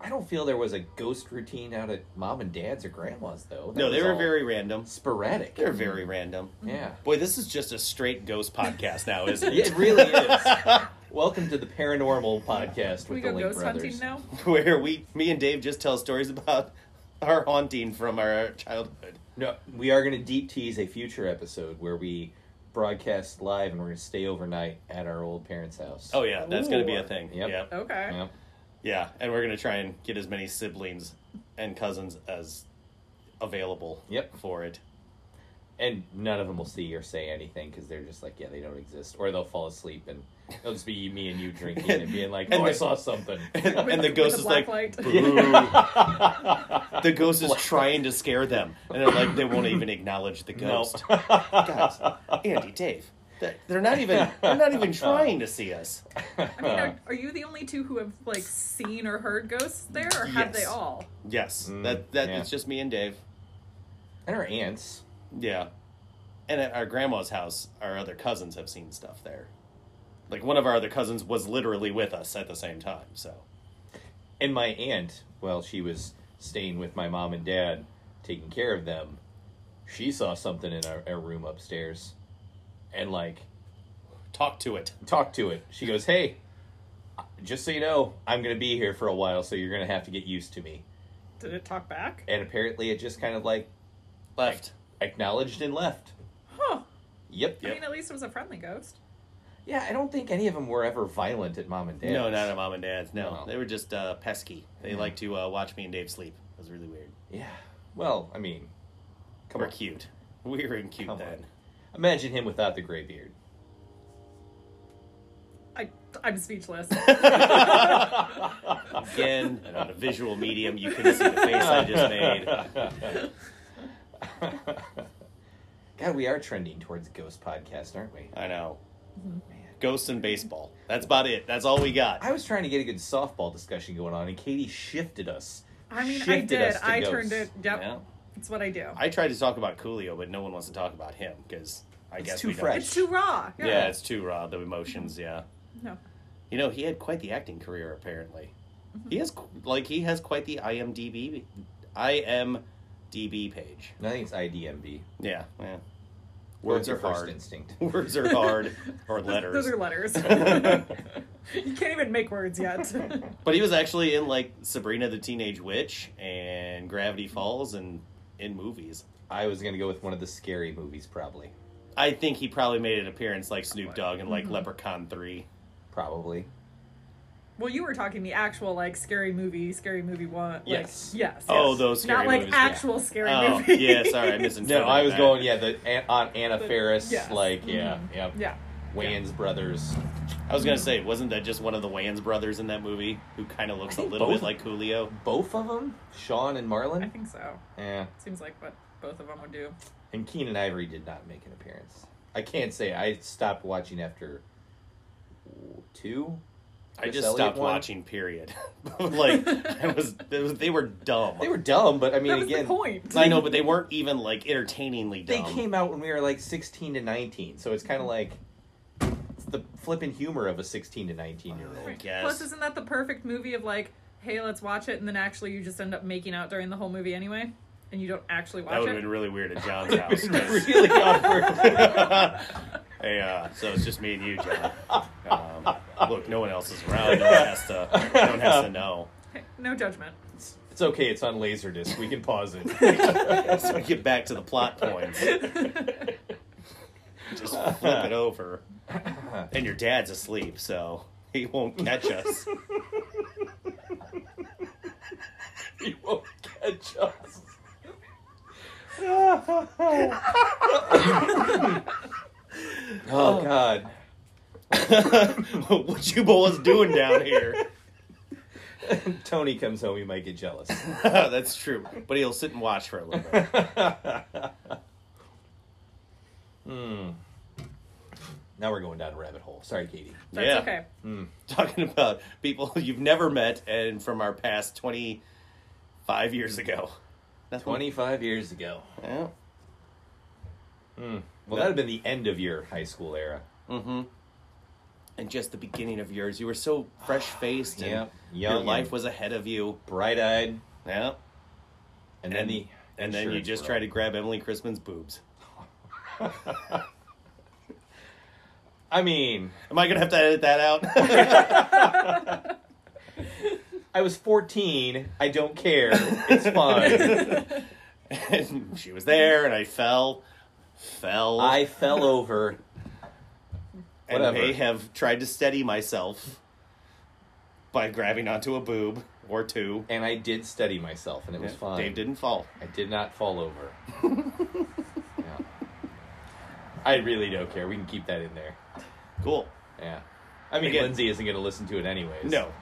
Speaker 2: I don't feel there was a ghost routine out at mom and dad's or grandma's though. That
Speaker 3: no, they
Speaker 2: was
Speaker 3: were
Speaker 2: all
Speaker 3: very random.
Speaker 2: sporadic.
Speaker 3: They're very random.
Speaker 2: yeah.
Speaker 3: Boy, this is just a straight ghost podcast now, isn't
Speaker 2: Yeah, it
Speaker 3: it?
Speaker 2: really is. Welcome to the paranormal podcast
Speaker 4: Can we
Speaker 2: with
Speaker 4: go
Speaker 2: the Link
Speaker 4: ghost
Speaker 2: brothers.
Speaker 4: hunting now?
Speaker 3: Where we, me and Dave, just tell stories about our haunting from our childhood.
Speaker 2: No, we are going to deep tease a future episode where we broadcast live and we're going to stay overnight at our old parents' house.
Speaker 3: Oh yeah, that's gonna be a
Speaker 4: Ooh.
Speaker 3: thing.
Speaker 2: Yep.
Speaker 3: Yep.
Speaker 4: Okay.
Speaker 2: Yeah.
Speaker 3: Yeah, and we're gonna try and get as many siblings and cousins as available.
Speaker 2: Yep.
Speaker 3: For it.
Speaker 2: And none of them will see or say anything because they're just like, yeah, they don't exist. Or they'll fall asleep and it'll just be me and you drinking and being like,
Speaker 3: And
Speaker 2: oh, I
Speaker 3: the-
Speaker 2: saw something.
Speaker 3: And, and the
Speaker 4: With
Speaker 3: ghost
Speaker 4: a
Speaker 3: is
Speaker 4: black
Speaker 3: like,
Speaker 4: light.
Speaker 3: the ghost is trying to scare them, and they're like, they won't even acknowledge the ghost. Guys, Andy, Dave, they're- they're not even, they're not even trying to see us.
Speaker 4: I mean, are, are you the only two who have like seen or heard ghosts there, or have they
Speaker 3: Yes.
Speaker 4: all?
Speaker 3: Yes,
Speaker 2: Mm,
Speaker 3: that that
Speaker 2: yeah.
Speaker 3: it's just me and Dave.
Speaker 2: and her aunts.
Speaker 3: Yeah, and at our grandma's house, our other cousins have seen stuff there. Like one of our other cousins was literally with us at the same time. So
Speaker 2: And my aunt, well, she was staying with my mom and dad, taking care of them. She saw something in our, our room upstairs and, like,
Speaker 3: talk to it.
Speaker 2: talked to it. She goes, hey, just so you know, I'm going to be here for a while, so you're going to have to get used to me.
Speaker 4: Did it talk back?
Speaker 2: And apparently it just kind of, like,
Speaker 3: Left.
Speaker 2: acknowledged and left.
Speaker 4: Huh.
Speaker 2: Yep.
Speaker 4: I mean, at least it was a friendly ghost.
Speaker 2: Yeah, I don't think any of them were ever violent at mom and dad.
Speaker 3: No, not at mom and dad's. No,
Speaker 2: No. Mm-hmm.
Speaker 3: they were just uh, pesky. They like to uh, watch me and Dave sleep. It was really weird.
Speaker 2: Yeah. Well, I mean, come
Speaker 3: we're
Speaker 2: on.
Speaker 3: cute. We were in cute
Speaker 2: Come
Speaker 3: then.
Speaker 2: Imagine him without the gray beard.
Speaker 4: I I'm speechless.
Speaker 3: Again, and on a visual medium, you couldn't see the face I just made.
Speaker 2: God, we are trending towards ghost podcast, aren't we?
Speaker 3: I know. Ghosts and baseball. That's about it. That's all we got.
Speaker 2: I was trying to get a good softball discussion going on, and Katie shifted us.
Speaker 4: I mean, I
Speaker 2: Shifted
Speaker 4: did.
Speaker 2: us to
Speaker 4: I
Speaker 2: ghosts.
Speaker 4: turned it. Yep.
Speaker 3: Yeah.
Speaker 4: That's what I do.
Speaker 3: I tried to talk about Coolio, but no one wants to talk about him because I
Speaker 2: It's
Speaker 3: guess
Speaker 2: too
Speaker 3: we don't-
Speaker 2: fresh.
Speaker 4: it's too raw. Yeah.
Speaker 3: Yeah, it's too raw. The emotions. Yeah.
Speaker 4: No.
Speaker 3: You know, he had quite the acting career. Apparently, he has qu- like he has quite the IMDb, IMDb page.
Speaker 2: I think it's IDMB.
Speaker 3: Yeah. Yeah.
Speaker 2: Words
Speaker 3: Words
Speaker 2: your
Speaker 3: are
Speaker 2: first
Speaker 3: hard.
Speaker 2: instinct.
Speaker 3: Words are hard or
Speaker 4: Those
Speaker 3: letters.
Speaker 4: are letters. you can't even make words yet.
Speaker 3: But he was actually in like Sabrina the Teenage Witch and
Speaker 2: Mm-hmm.
Speaker 3: Gravity Falls and in movies.
Speaker 2: I was gonna go with one of the scary movies, probably.
Speaker 3: I think he probably made an appearance like Snoop Dogg in like Leprechaun 3.
Speaker 2: Probably.
Speaker 4: well, you were talking the actual like scary movie, scary movie one. Like,
Speaker 2: Yes.
Speaker 4: Yes.
Speaker 3: Oh, those scary
Speaker 4: Not like
Speaker 3: movies.
Speaker 4: actual scary
Speaker 3: Oh,
Speaker 4: movie.
Speaker 3: yeah, sorry, I misinterpreted.
Speaker 2: No, I was
Speaker 3: that.
Speaker 2: going. Yeah, the Aunt, Aunt Anna
Speaker 4: The-
Speaker 2: Ferris,
Speaker 4: yes. Mm-hmm.
Speaker 2: like yeah, yeah,
Speaker 4: Yeah.
Speaker 2: Wayans brothers.
Speaker 3: I was gonna say, wasn't that just one of the Wayans brothers in that movie who kind of looks a
Speaker 2: think
Speaker 3: little
Speaker 2: both-
Speaker 3: bit like Coolio?
Speaker 2: Both of them, Sean and
Speaker 4: I
Speaker 2: Marlon.
Speaker 4: think so.
Speaker 2: Yeah,
Speaker 4: Seems like what both of them would do.
Speaker 2: and Keenan Ivory did not make an appearance. I can't say I stopped watching after two.
Speaker 3: I
Speaker 2: Chris
Speaker 3: just
Speaker 2: Elliott
Speaker 3: stopped
Speaker 2: one?
Speaker 3: watching. Period. like, I was, it was they were dumb.
Speaker 2: They were dumb, but I mean,
Speaker 4: that was
Speaker 2: again,
Speaker 4: the point.
Speaker 3: I know, but they weren't even like entertainingly
Speaker 2: they
Speaker 3: dumb.
Speaker 2: came out when we were like sixteen to nineteen, so it's
Speaker 4: Mm-hmm.
Speaker 2: kind of like it's the flippin' humor of a sixteen to nineteen year old.
Speaker 3: I
Speaker 4: Right.
Speaker 3: guess.
Speaker 4: Plus, isn't that the perfect movie of like, hey, let's watch it, and then actually you just end up making out during the whole movie anyway, and you don't actually watch
Speaker 3: that would
Speaker 4: it.
Speaker 3: have been really weird at John's house.
Speaker 2: really awkward.
Speaker 3: Hey, uh, so it's just me and you, John. Um, look, no one else is around. No one has to. No one has to know.
Speaker 4: Hey, no judgment.
Speaker 2: It's okay. It's on Laserdisc. We can pause it.
Speaker 3: So we get back to the plot points. Just flip it over, and your dad's asleep, so he won't catch us.
Speaker 2: you won't catch us. oh God!
Speaker 3: what you boys doing down here?
Speaker 2: Tony comes home, he might get jealous.
Speaker 3: Oh,
Speaker 2: Hmm.
Speaker 3: That's true, but he'll sit and watch for a little bit.
Speaker 2: Now we're going down a rabbit hole. Sorry, Katie.
Speaker 4: That's
Speaker 3: yeah,
Speaker 4: okay.
Speaker 3: talking about people you've never met and from our past twenty-five years ago. Nothing-
Speaker 2: Twenty-five years ago.
Speaker 3: Yeah.
Speaker 2: Well, that'd have been the end of your high school era.
Speaker 3: Mm-hmm. and just the beginning of yours. You were so fresh faced and
Speaker 2: Yep.
Speaker 3: your
Speaker 2: Young
Speaker 3: life
Speaker 2: and-
Speaker 3: was ahead of you.
Speaker 2: Bright-eyed,
Speaker 3: Yeah.
Speaker 2: and then
Speaker 3: And-
Speaker 2: the
Speaker 3: And then you
Speaker 2: insurance
Speaker 3: just
Speaker 2: world.
Speaker 3: try to grab Emily Crispin's boobs.
Speaker 2: I mean,
Speaker 3: Am I gonna have to edit that out?
Speaker 2: I was fourteen. I don't care. It's fine.
Speaker 3: and she was there and I fell. Fell.
Speaker 2: I fell over.
Speaker 3: and
Speaker 2: whatever.
Speaker 3: may have tried to steady myself. by grabbing onto a boob or two.
Speaker 2: And I did steady myself, and it was
Speaker 3: Yeah,
Speaker 2: fun.
Speaker 3: Dave didn't fall.
Speaker 2: I did not fall over. yeah. I really don't care. We can keep that in there.
Speaker 3: Cool.
Speaker 2: Yeah. I mean,
Speaker 3: Again-
Speaker 2: Lindsay isn't going to listen to it anyways.
Speaker 3: No.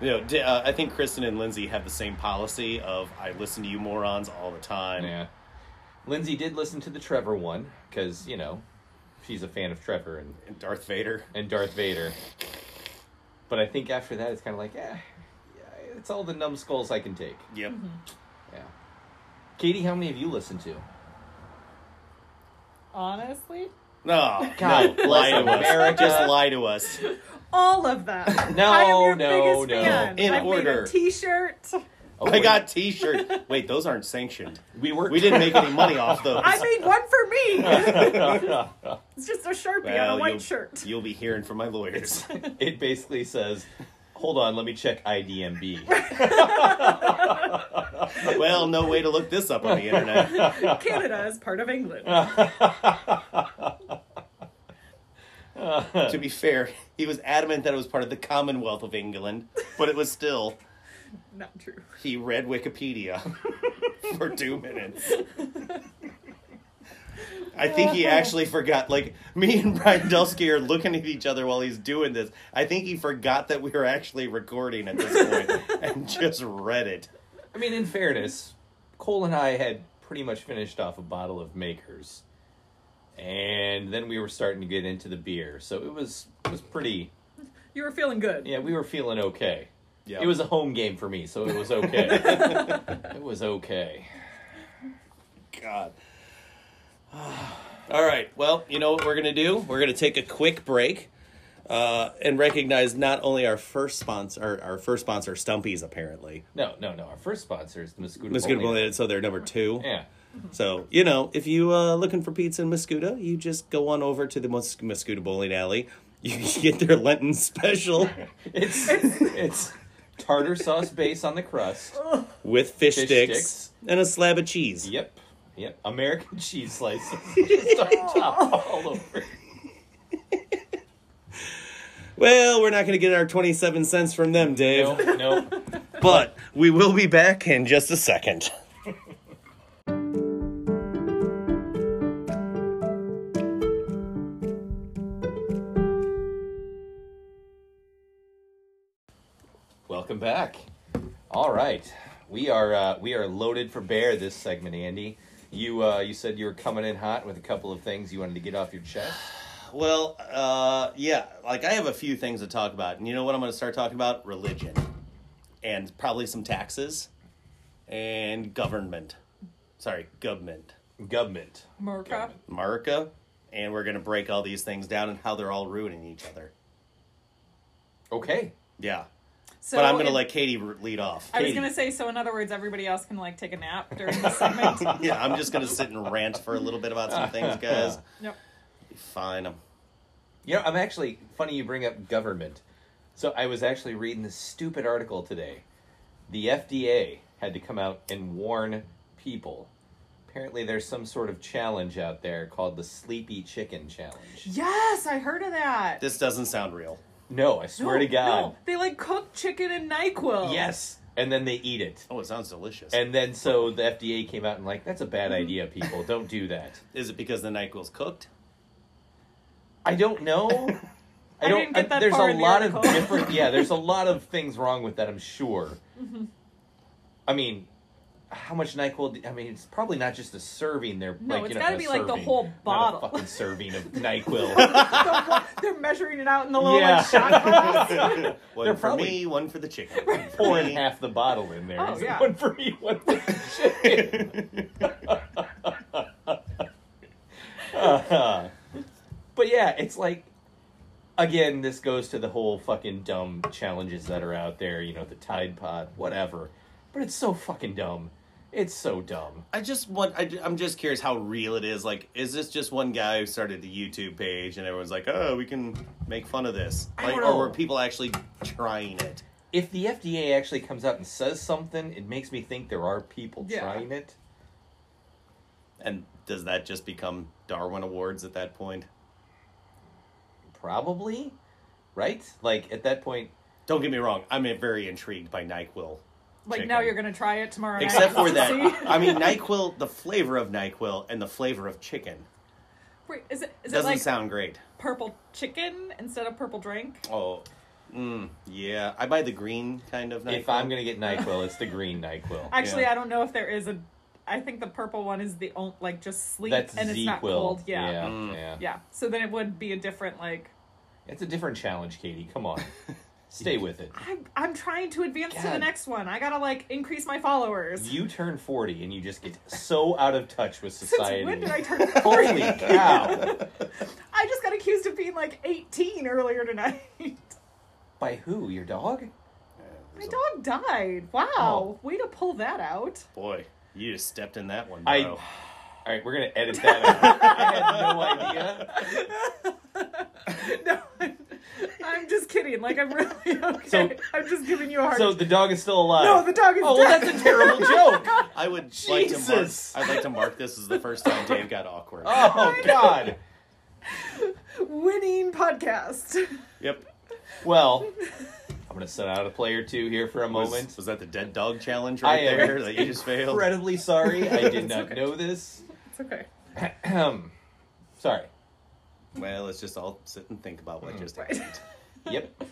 Speaker 3: No, d- uh, I think Kristen and Lindsay have the same policy of I listen to you morons all the time.
Speaker 2: Yeah. Lindsay did listen to the Trevor one because you know she's a fan of Trevor and
Speaker 3: And Darth Vader.
Speaker 2: and Darth Vader. But I think after that, it's kind of like, eh, yeah, it's all the numbskulls I can take.
Speaker 3: Yep.
Speaker 4: Mm-hmm.
Speaker 2: Yeah. Katie, how many have you listened to?
Speaker 4: Honestly,
Speaker 3: No,
Speaker 2: God
Speaker 3: no,
Speaker 2: bless
Speaker 3: lie to us.
Speaker 2: America.
Speaker 3: Just lie to us.
Speaker 4: all of them.
Speaker 2: No,
Speaker 4: I am your
Speaker 2: no,
Speaker 4: biggest
Speaker 2: no.
Speaker 4: Fan.
Speaker 3: In
Speaker 4: I've
Speaker 3: order.
Speaker 4: Made a t-shirt.
Speaker 2: Oh,
Speaker 3: I
Speaker 2: wait.
Speaker 3: got T-shirt. Wait, those aren't sanctioned.
Speaker 2: We worked.
Speaker 3: We didn't make any money off those.
Speaker 4: I made one for me. it's just a sharpie on
Speaker 3: Well,
Speaker 4: a white
Speaker 3: you'll-
Speaker 4: shirt.
Speaker 3: You'll be hearing from my lawyers.
Speaker 2: It basically says, "Hold on, let me check IDMB."
Speaker 3: well, no way to look this up on the internet.
Speaker 4: Canada is part of England.
Speaker 3: Uh. to be fair, he was adamant that it was part of the Commonwealth of England, but it was still
Speaker 4: Not true.
Speaker 3: he read Wikipedia for two minutes. I think he actually forgot. Like me and Brian Delsky are looking at each other while he's doing this. I think he forgot that we were actually recording at this point and just read it.
Speaker 2: I mean, in fairness, Cole and I had pretty much finished off a bottle of Makers, and then we were starting to get into the beer, so it was it was pretty.
Speaker 4: You were feeling good.
Speaker 2: Yeah, we were feeling okay.
Speaker 3: Yeah,
Speaker 2: It was a home game for me, so it was okay. it was okay.
Speaker 3: God. All right. Well, you know what we're going to do? We're going to take a quick break uh, and recognize not only our first sponsor, our, our first sponsor, Stumpy's, apparently.
Speaker 2: No, no, no. Our first sponsor is the Mosquito.
Speaker 3: Mascuda
Speaker 2: Bowling.
Speaker 3: Bowl, so they're number two.
Speaker 2: Yeah.
Speaker 3: So, you know, if you uh, looking for pizza in Mascuda, you just go on over to the Mas- Mascuda Bowling Alley. You can get their Lenten special
Speaker 2: It's it's tartar sauce base on the crust.
Speaker 3: with fish,
Speaker 2: Fish
Speaker 3: sticks,
Speaker 2: sticks.
Speaker 3: and a slab of cheese.
Speaker 2: Yep. Yep. American cheese slices just on top all over.
Speaker 3: Well, we're not going to get our 27 cents from them, Dave.
Speaker 2: No, no.
Speaker 3: but we will be back in just a second.
Speaker 2: Welcome back. All right, we are uh, we are loaded for bear this segment, Andy. You uh, you said you were coming in hot with a couple of things you wanted to get off your chest.
Speaker 3: Well, uh, yeah, like I have a few things to talk about, and you know what I'm going to start talking about? Religion, and probably some taxes, and government. Sorry, government,
Speaker 2: Government.
Speaker 4: Merca.
Speaker 3: America, and we're going to break all these things down and how they're all ruining each other.
Speaker 2: Okay.
Speaker 3: Yeah,
Speaker 4: So
Speaker 3: but I'm going to
Speaker 4: in-
Speaker 3: let Katie r- lead off.
Speaker 4: I was
Speaker 2: Katie.
Speaker 4: gonna say. So in other words, everybody else can like take a nap during the segment.
Speaker 3: yeah, I'm just going to sit and rant for a little bit about some things, guys.
Speaker 4: Yep.
Speaker 3: Fine. I'm-
Speaker 2: You know, I'm actually funny you bring up government. So I was actually reading this stupid article today. The FDA had to come out and warn people. Apparently, there's some sort of challenge out there called the Sleepy Chicken Challenge.
Speaker 4: Yes, I heard of that.
Speaker 3: This doesn't sound real.
Speaker 2: No, I swear to
Speaker 4: No,
Speaker 2: God.
Speaker 4: no, they like cook chicken in Nyquil.
Speaker 2: Yes. And then they eat it.
Speaker 3: Oh, it sounds delicious.
Speaker 2: And then so the FDA came out and like, that's a bad idea, people. Don't do that.
Speaker 3: Is it because the Nyquil's cooked?
Speaker 2: I don't know.
Speaker 4: I didn't get that
Speaker 2: there's
Speaker 4: far
Speaker 2: a
Speaker 4: in the
Speaker 2: lot of
Speaker 4: article.
Speaker 2: different. Yeah, there's a lot of things wrong with that. I'm sure.
Speaker 4: Mm-hmm.
Speaker 2: I mean, how much Nyquil? d- I mean, it's probably not just a serving. They're
Speaker 4: No,
Speaker 2: like,
Speaker 4: it's
Speaker 2: you know,
Speaker 4: gotta
Speaker 2: a
Speaker 4: be, like, the
Speaker 2: serving,
Speaker 4: whole
Speaker 2: not a
Speaker 4: bottle.
Speaker 2: fucking serving of Nyquil.
Speaker 4: The wa- they're measuring it out in the little
Speaker 2: Yeah.
Speaker 4: like shot glass.
Speaker 3: One
Speaker 2: They're
Speaker 3: for
Speaker 2: probably-
Speaker 3: me, one for the chicken. One for
Speaker 2: pouring
Speaker 3: me.
Speaker 2: half the bottle in there.
Speaker 4: Oh,
Speaker 2: It's like,
Speaker 4: yeah.
Speaker 2: One for me, one for the chicken. Uh, but yeah, it's like again, this goes to the whole fucking dumb challenges that are out there, you know, the Tide Pod, whatever. But it's so fucking dumb. It's so dumb.
Speaker 3: I just want. I, am just curious how real it is. Like, is this just one guy who started the YouTube page and everyone's like, "Oh, we can make fun of this,"
Speaker 2: I
Speaker 3: like,
Speaker 2: don't
Speaker 3: or
Speaker 2: know.
Speaker 3: were people actually trying it?
Speaker 2: If the FDA actually comes out and says something, it makes me think there are people
Speaker 4: Yeah.
Speaker 2: trying it.
Speaker 3: And does that just become Darwin Awards at that point?
Speaker 2: Probably, right? Like at that point,
Speaker 3: Don't get me wrong. I'm very intrigued by Nyquil.
Speaker 4: Like
Speaker 3: Chicken.
Speaker 4: now you're gonna try it tomorrow. night.
Speaker 3: Except for that,
Speaker 4: See?
Speaker 3: I mean Nyquil, the flavor of Nyquil and the flavor of chicken
Speaker 4: Wait, is it is it
Speaker 3: doesn't
Speaker 4: like
Speaker 3: sound great.
Speaker 4: purple chicken instead of purple drink?
Speaker 3: Oh, mm, yeah. I buy the green kind of. Nyquil.
Speaker 2: If I'm gonna get Nyquil, it's the green Nyquil.
Speaker 4: Actually,
Speaker 3: Yeah.
Speaker 4: I don't know if there is a. I think the purple one is the only like just sleep
Speaker 2: That's
Speaker 4: and it's not
Speaker 2: Z-Quil.
Speaker 4: cold. Yeah.
Speaker 2: Yeah,
Speaker 4: yeah,
Speaker 3: Mm.
Speaker 2: yeah.
Speaker 4: So then it would be a different like.
Speaker 2: It's a different challenge, Katie. Come on, stay with it.
Speaker 4: I'm I'm trying to advance to the
Speaker 2: God.
Speaker 4: next one. I gotta like increase my followers.
Speaker 2: You turn forty and you just get so out of touch with
Speaker 4: Since
Speaker 2: society.
Speaker 4: when did I turn?
Speaker 2: Holy cow!
Speaker 4: I just got accused of being like 18 earlier tonight.
Speaker 2: By who? Your dog?
Speaker 4: My dog died.
Speaker 2: Oh.
Speaker 4: Wow. Way to pull that out.
Speaker 3: Boy, you just stepped in that one.
Speaker 2: I-
Speaker 3: bro.
Speaker 2: All right, we're gonna edit that. out. I had no idea.
Speaker 4: no, I'm, I'm just kidding. Like, I'm really okay.
Speaker 2: So-
Speaker 4: I'm just giving you a hard
Speaker 2: So the dog is still alive.
Speaker 4: No, the dog is
Speaker 2: Oh, well,
Speaker 4: dead.
Speaker 2: that's a terrible joke.
Speaker 3: I would like to mark.
Speaker 2: Jesus.
Speaker 3: I'd like to mark this as the first time Dave got awkward.
Speaker 2: Oh God.
Speaker 4: winning podcast.
Speaker 3: Yep.
Speaker 2: Well, I'm gonna set out a play or two here for a
Speaker 3: Was,
Speaker 2: moment.
Speaker 3: was that the dead dog challenge
Speaker 2: I
Speaker 3: right
Speaker 2: am
Speaker 3: there that you just failed?
Speaker 2: Incredibly sorry. I did not
Speaker 4: okay.
Speaker 2: know this.
Speaker 4: It's okay.
Speaker 2: sorry.
Speaker 3: Well, let's just all sit and think about what just
Speaker 4: Right.
Speaker 3: happened.
Speaker 2: Yep.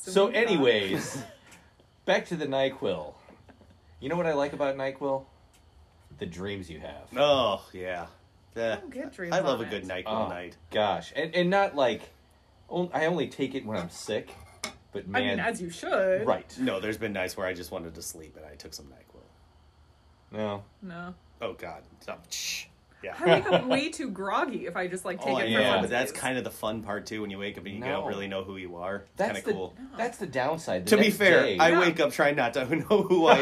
Speaker 2: So, anyways, back to the Nyquil. You know what I like about Nyquil? The dreams you have.
Speaker 3: Oh yeah. Eh,
Speaker 4: don't get dreams
Speaker 3: I love
Speaker 4: on
Speaker 3: a good
Speaker 4: it.
Speaker 3: night
Speaker 2: Oh,
Speaker 3: night.
Speaker 2: Gosh, and and not like, on- I only take it when I'm sick, but
Speaker 4: I
Speaker 2: man,
Speaker 4: mean, as you should.
Speaker 2: right?
Speaker 3: No, there's been nights where I just wanted to sleep and I took some Nyquil.
Speaker 2: No,
Speaker 4: No.
Speaker 3: Oh God. Stop. Shh. Yeah.
Speaker 4: I wake up way too groggy if I just, like, take
Speaker 3: Oh,
Speaker 4: it for
Speaker 3: yeah,
Speaker 2: one
Speaker 4: yeah,
Speaker 3: but that's kind of the fun part too. When you wake up and you
Speaker 2: No.
Speaker 3: don't really know who you are, it's kind
Speaker 2: that's
Speaker 3: of
Speaker 2: the
Speaker 3: cool.
Speaker 2: that's the downside. The
Speaker 3: To be
Speaker 2: next
Speaker 3: fair,
Speaker 2: day-
Speaker 3: I
Speaker 4: Yeah.
Speaker 3: wake up trying not to know who I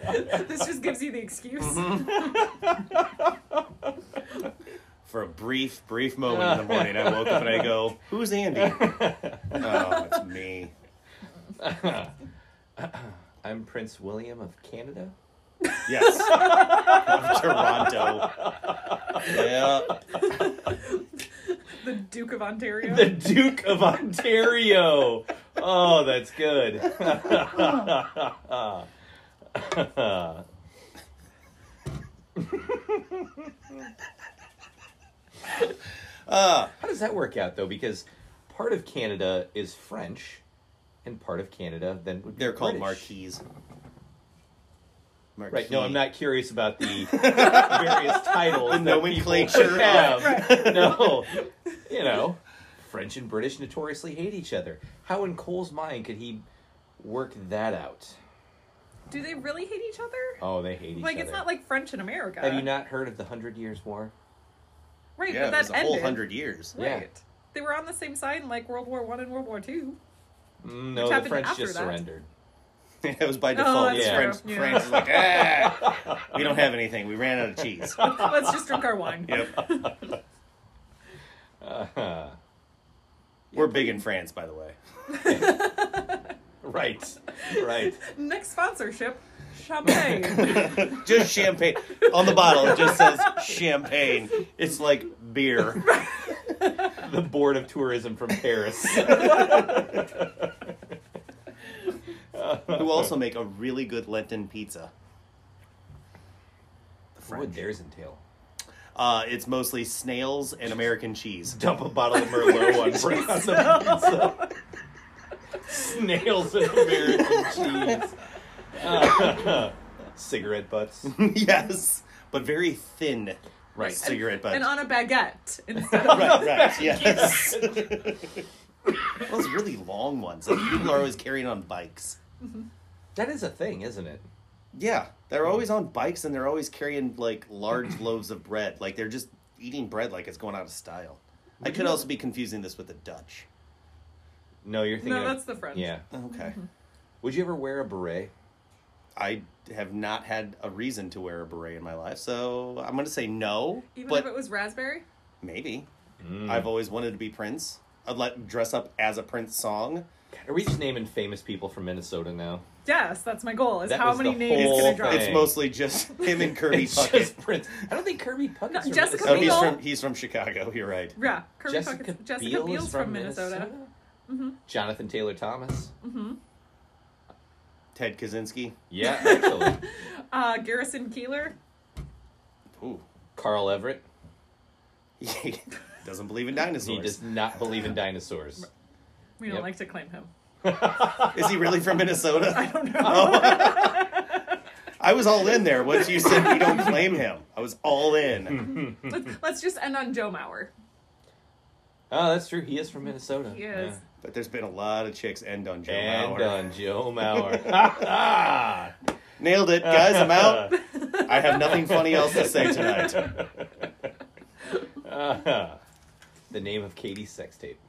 Speaker 3: am a lot.
Speaker 4: This just gives you the excuse.
Speaker 2: Mm-hmm.
Speaker 3: For a brief, brief moment in the morning, I woke up and I go, "Who's Andy?" oh, it's me.
Speaker 2: I'm Prince William of Canada.
Speaker 3: Yes, Of Toronto. Yeah,
Speaker 4: The Duke of Ontario.
Speaker 2: The Duke of Ontario. Oh, that's good. Uh, How does that work out though? Because part of Canada is French, and part of Canada then would be
Speaker 3: they're called
Speaker 2: British.
Speaker 3: marquees. Marquee.
Speaker 2: Right. No, I'm not curious about the various titles. that
Speaker 3: nomenclature.
Speaker 2: people have. No. You know, French and British notoriously hate each other. How in Cole's mind could he work that out?
Speaker 4: Do they really hate each other?
Speaker 2: Oh, they hate each
Speaker 4: like,
Speaker 2: other.
Speaker 4: it's not like uh, French in America.
Speaker 2: Have you not heard of the Hundred Years' War?
Speaker 4: Right,
Speaker 3: Yeah,
Speaker 4: but
Speaker 3: it was
Speaker 4: that
Speaker 3: a
Speaker 4: ended.
Speaker 3: whole hundred years.
Speaker 2: Yeah.
Speaker 4: Right. They were on the same side in, like, World War One and World War Two.
Speaker 2: Mm, No,
Speaker 4: Which
Speaker 2: the
Speaker 4: happened
Speaker 2: French
Speaker 4: after
Speaker 2: just
Speaker 4: that.
Speaker 2: surrendered.
Speaker 3: it was by default.
Speaker 4: Oh, that's
Speaker 3: It's
Speaker 2: true.
Speaker 3: France,
Speaker 4: Yeah.
Speaker 3: France is like, ah, we don't have anything. We ran out of cheese.
Speaker 4: Let's just drink our wine.
Speaker 3: Yep.
Speaker 2: Uh-huh.
Speaker 3: We're big in France, by the way.
Speaker 2: Right. Right.
Speaker 4: Next sponsorship, champagne.
Speaker 3: Just champagne. On the bottle, it just says champagne. It's like beer.
Speaker 2: the Board of Tourism from Paris.
Speaker 3: Who also make a really good Lenten pizza.
Speaker 2: what would theirs entail?
Speaker 3: Uh, it's mostly snails and American cheese.
Speaker 2: Dump a bottle of Merlot on bread on the pizza. Snails and American cheese. Uh, cigarette butts.
Speaker 3: yes, but very thin.
Speaker 2: Right.
Speaker 3: Cigarette butts.
Speaker 4: and on a baguette instead of
Speaker 3: right, right, yes. Those really long ones. Like people are always carrying on bikes.
Speaker 2: That is a thing, isn't it?
Speaker 3: Yeah, they're always on bikes and they're always carrying like large loaves of bread. Like they're just eating bread like it's going out of style. I could also be confusing this with the Dutch.
Speaker 2: No, you're thinking.
Speaker 4: No,
Speaker 2: of-
Speaker 4: that's the French.
Speaker 2: Yeah.
Speaker 3: Okay.
Speaker 4: Mm-hmm.
Speaker 2: Would you ever wear a beret?
Speaker 3: I have not had a reason to wear a beret in my life, so I'm going to say no,
Speaker 4: even
Speaker 3: but
Speaker 4: if it was raspberry.
Speaker 3: maybe.
Speaker 2: Mm.
Speaker 3: I've always wanted to be Prince. I'd like dress up as a Prince song.
Speaker 2: Are we just naming famous people from Minnesota now?
Speaker 4: Yes, that's my goal. Is
Speaker 2: That
Speaker 4: how
Speaker 2: was
Speaker 4: many
Speaker 2: the
Speaker 4: names
Speaker 2: whole
Speaker 4: can I drop?
Speaker 2: thing.
Speaker 3: It's mostly just him and Kirby
Speaker 2: It's
Speaker 3: Puckett.
Speaker 2: just Prince. I don't think Kirby Puckett's from
Speaker 4: Jessica
Speaker 3: Oh,
Speaker 2: Minnesota.
Speaker 3: he's
Speaker 4: Biel.
Speaker 3: from he's from Chicago. You're right.
Speaker 4: Yeah, Kirby
Speaker 2: Jessica,
Speaker 4: Puckett- Jessica
Speaker 2: Biel
Speaker 4: Biel's
Speaker 2: is from,
Speaker 4: Minnesota. Mm-hmm.
Speaker 2: Minnesota. Jonathan Taylor Thomas.
Speaker 3: Ted Kaczynski.
Speaker 2: Yeah, actually.
Speaker 4: Uh, Garrison Keeler.
Speaker 3: Ooh.
Speaker 2: Carl Everett.
Speaker 3: He doesn't believe in
Speaker 2: He
Speaker 3: dinosaurs.
Speaker 2: does not believe in dinosaurs.
Speaker 4: We don't
Speaker 2: Yep.
Speaker 4: like to claim him.
Speaker 3: Is he really from Minnesota?
Speaker 4: I don't know.
Speaker 2: Uh,
Speaker 3: I was all in there once you said we don't claim him. I was all in.
Speaker 4: let's, let's just end on Joe Mauer.
Speaker 2: Oh, that's true. He is from Minnesota.
Speaker 4: He is.
Speaker 3: But there's been a lot of chicks end on Joe
Speaker 2: Yeah. And
Speaker 3: Mauer.
Speaker 2: on Joe Mauer.
Speaker 3: Nailed it, guys. I'm out. I have nothing funny else to say tonight.
Speaker 2: the name of Katie's sex tape.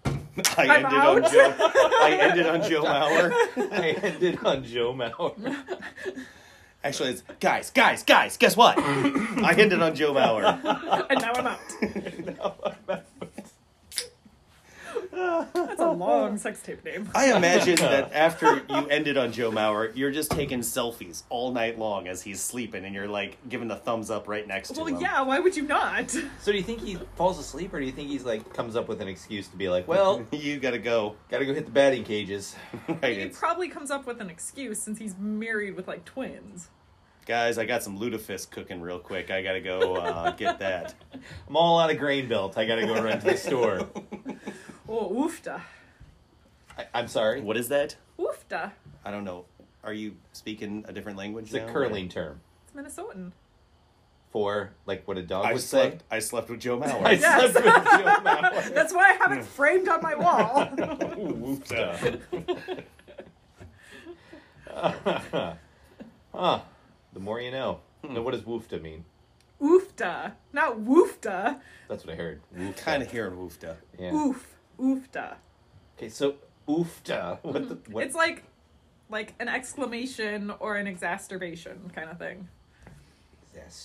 Speaker 3: I
Speaker 4: I'm
Speaker 3: ended on
Speaker 4: out.
Speaker 3: Joe. I ended on Joe Mauer.
Speaker 2: I ended on Joe Mauer.
Speaker 3: Actually, it's guys, guys, guys. Guess what? I ended on Joe Mauer.
Speaker 4: And now I'm out. That's a long sex tape name.
Speaker 3: I imagine that after you ended on Joe Mauer, you're just taking selfies all night long as he's sleeping, and you're like giving the thumbs up right next to
Speaker 4: Well,
Speaker 3: him.
Speaker 4: yeah, why would you not?
Speaker 2: So do you think he falls asleep, or do you think he's like comes up with an excuse to be like, "Well,
Speaker 3: You gotta go.
Speaker 2: gotta go hit the batting cages."
Speaker 3: Right,
Speaker 4: He
Speaker 3: it's-
Speaker 4: probably comes up with an excuse since he's married with like twins.
Speaker 3: guys, I got some lutefisk cooking real quick. I gotta go uh, get that.
Speaker 2: I'm all out of grain belt. I gotta go run to the store.
Speaker 4: Oh, oofta.
Speaker 2: I, I'm sorry.
Speaker 3: What is that?
Speaker 4: Oofta.
Speaker 3: I don't know. Are you speaking a different language?
Speaker 2: It's a
Speaker 3: now?
Speaker 2: curling term
Speaker 4: It's Minnesotan.
Speaker 2: for like what a dog
Speaker 3: I
Speaker 2: would
Speaker 3: slept.
Speaker 2: say.
Speaker 3: I slept with Joe
Speaker 2: I
Speaker 3: Mauer.
Speaker 4: Yes.
Speaker 2: slept with Joe
Speaker 4: That's why I have it framed on my wall.
Speaker 2: Mauer. huh. The more you know. Now, what does woofta mean?
Speaker 4: oofta. Not woofta.
Speaker 2: That's what I heard. Woofta.
Speaker 3: kind of hearing woofta.
Speaker 2: Yeah.
Speaker 4: Oof. Oofta.
Speaker 2: Okay, so oofta. What the? What?
Speaker 4: It's like like an exclamation or an exacerbation kind of thing.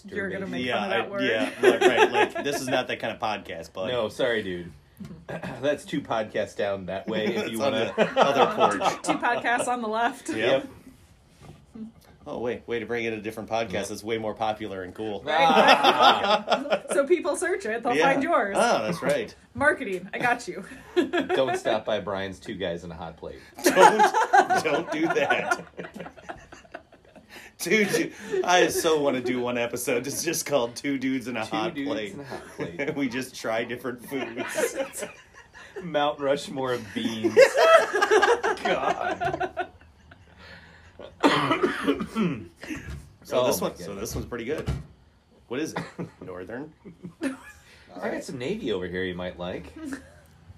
Speaker 4: you're gonna make-
Speaker 3: Yeah,
Speaker 4: fun of that
Speaker 3: I-
Speaker 4: word.
Speaker 3: yeah, like, right. Like this is not that kind of podcast, but
Speaker 2: No, sorry, dude. That's two podcasts down that way. If you
Speaker 3: It's on
Speaker 2: want to.
Speaker 3: the other porch.
Speaker 4: Two podcasts on the left.
Speaker 3: Yep. Oh wait, way to bring in a different podcast that's way more popular and cool.
Speaker 4: So people search it, they'll
Speaker 3: Yeah.
Speaker 4: find yours.
Speaker 3: Oh, that's right.
Speaker 4: Marketing, I got you.
Speaker 2: Don't stop by Brian's two guys in a hot plate.
Speaker 3: don't don't do that. Dude, dude, I so want to do one episode. It's just called Two Dudes in a
Speaker 2: Two
Speaker 3: Hot
Speaker 2: dudes
Speaker 3: Plate.
Speaker 2: in a hot plate.
Speaker 3: we just try different foods.
Speaker 2: Mount Rushmore of beans. God.
Speaker 3: So
Speaker 2: Oh
Speaker 3: this
Speaker 2: my
Speaker 3: one, so
Speaker 2: goodness.
Speaker 3: this one's pretty good. What is it? Northern.
Speaker 2: I got some navy over here you might like.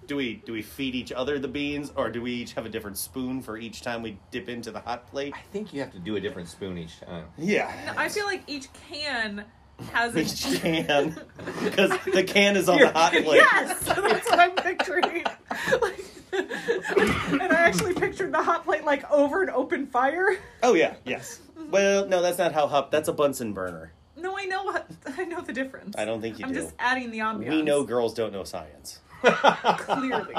Speaker 3: Do we do we feed each other the beans, or do we each have a different spoon for each time we dip into the hot plate?
Speaker 2: I think you have to do a different spoon each time.
Speaker 3: Yeah,
Speaker 4: I feel like each can has
Speaker 3: each
Speaker 4: a
Speaker 3: can because the can is on the hot plate.
Speaker 4: Yes, that's what I'm picturing. Like, and I actually pictured the hot plate like over an open fire.
Speaker 3: Oh yeah, yes. Well, no, that's not how hot. That's a Bunsen burner.
Speaker 4: No, I know what I know the difference.
Speaker 3: I don't think you
Speaker 4: I'm
Speaker 3: do.
Speaker 4: just adding the ambiance.
Speaker 3: We know girls don't know science.
Speaker 4: clearly.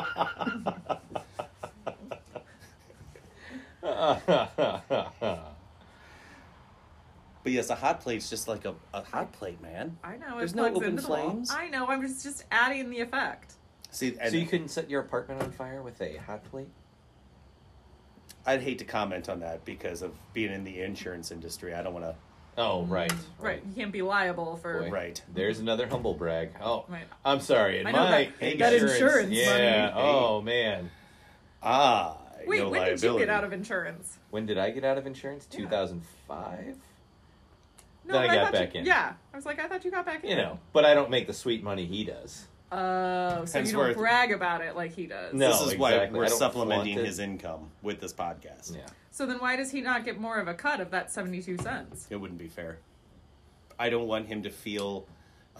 Speaker 3: But yes, a hot plate's just like a, a hot plate, man.
Speaker 4: I know
Speaker 3: There's
Speaker 4: it
Speaker 3: no
Speaker 4: plugs
Speaker 3: open
Speaker 4: into the wall.
Speaker 3: flames.
Speaker 4: I know. I'm just just adding the effect.
Speaker 3: See, and
Speaker 2: So you couldn't set your apartment on fire with a hot plate?
Speaker 3: I'd hate to comment on that because of being in the insurance industry. I don't want to.
Speaker 2: Oh, right.
Speaker 4: Mm, Right, you can't be liable for.
Speaker 2: Boy,
Speaker 3: Right.
Speaker 2: There's another humble brag. Oh,
Speaker 4: Right.
Speaker 2: I'm sorry. In
Speaker 4: I know
Speaker 2: my
Speaker 3: that-
Speaker 4: that
Speaker 2: insurance,
Speaker 4: insurance
Speaker 2: yeah.
Speaker 3: money.
Speaker 2: Oh man.
Speaker 3: Ah,
Speaker 4: Wait,
Speaker 3: no
Speaker 4: when
Speaker 3: liability.
Speaker 4: did you get out of insurance?
Speaker 2: When did I get out of insurance? 2005.
Speaker 4: No,
Speaker 2: Then I
Speaker 4: but
Speaker 2: got
Speaker 4: thought
Speaker 2: back
Speaker 4: you,
Speaker 2: in.
Speaker 4: Yeah, I was like, I thought you got back in.
Speaker 2: You know, but I don't make the sweet money he does.
Speaker 4: Oh, so you don't
Speaker 3: Hemsworth.
Speaker 4: brag about it like he does.
Speaker 2: No.
Speaker 3: This is why
Speaker 2: exactly. I
Speaker 3: we're
Speaker 2: don't
Speaker 3: supplementing
Speaker 2: flaunt it.
Speaker 3: his income with this podcast.
Speaker 2: Yeah.
Speaker 4: So then why does he not get more of a cut of that 72 cents?
Speaker 3: It wouldn't be fair. I don't want him to feel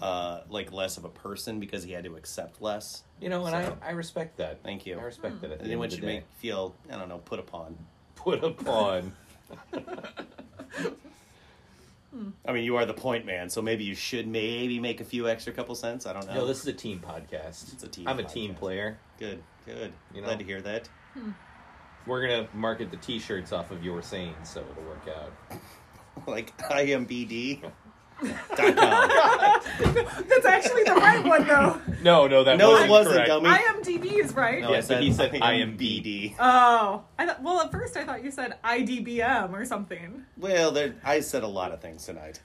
Speaker 3: uh, like less of a person because he had to accept less.
Speaker 2: You know, and
Speaker 3: So-
Speaker 2: I, I respect that.
Speaker 3: Thank you.
Speaker 2: I respect that. At the
Speaker 3: And
Speaker 2: end
Speaker 3: then what
Speaker 2: of the
Speaker 3: should
Speaker 2: day.
Speaker 3: make feel, I don't know, put upon.
Speaker 2: put upon.
Speaker 3: I mean, you are the point man, so maybe you should maybe make a few extra couple cents. I don't know.
Speaker 2: no, this is a team podcast.
Speaker 3: Um, It's a team
Speaker 2: I'm a team
Speaker 3: podcast.
Speaker 2: player.
Speaker 3: Good, good.
Speaker 2: You know.
Speaker 3: Glad to hear that.
Speaker 2: We're gonna market the T-shirts off of your saying, so it'll work out.
Speaker 3: Like imbd.com. com.
Speaker 2: Oh.
Speaker 4: That's actually the right one, though.
Speaker 2: No, no, that
Speaker 3: No, it
Speaker 2: wasn't
Speaker 3: wasn't,
Speaker 2: correct.
Speaker 3: dummy.
Speaker 4: IMDb He's right.
Speaker 3: No,
Speaker 2: Yeah,
Speaker 3: I said,
Speaker 2: he said
Speaker 3: I am
Speaker 2: IMD.
Speaker 3: BD.
Speaker 4: Oh, I thought. Well, at first I thought you said IDBM or something.
Speaker 3: Well, there, I said a lot of things tonight.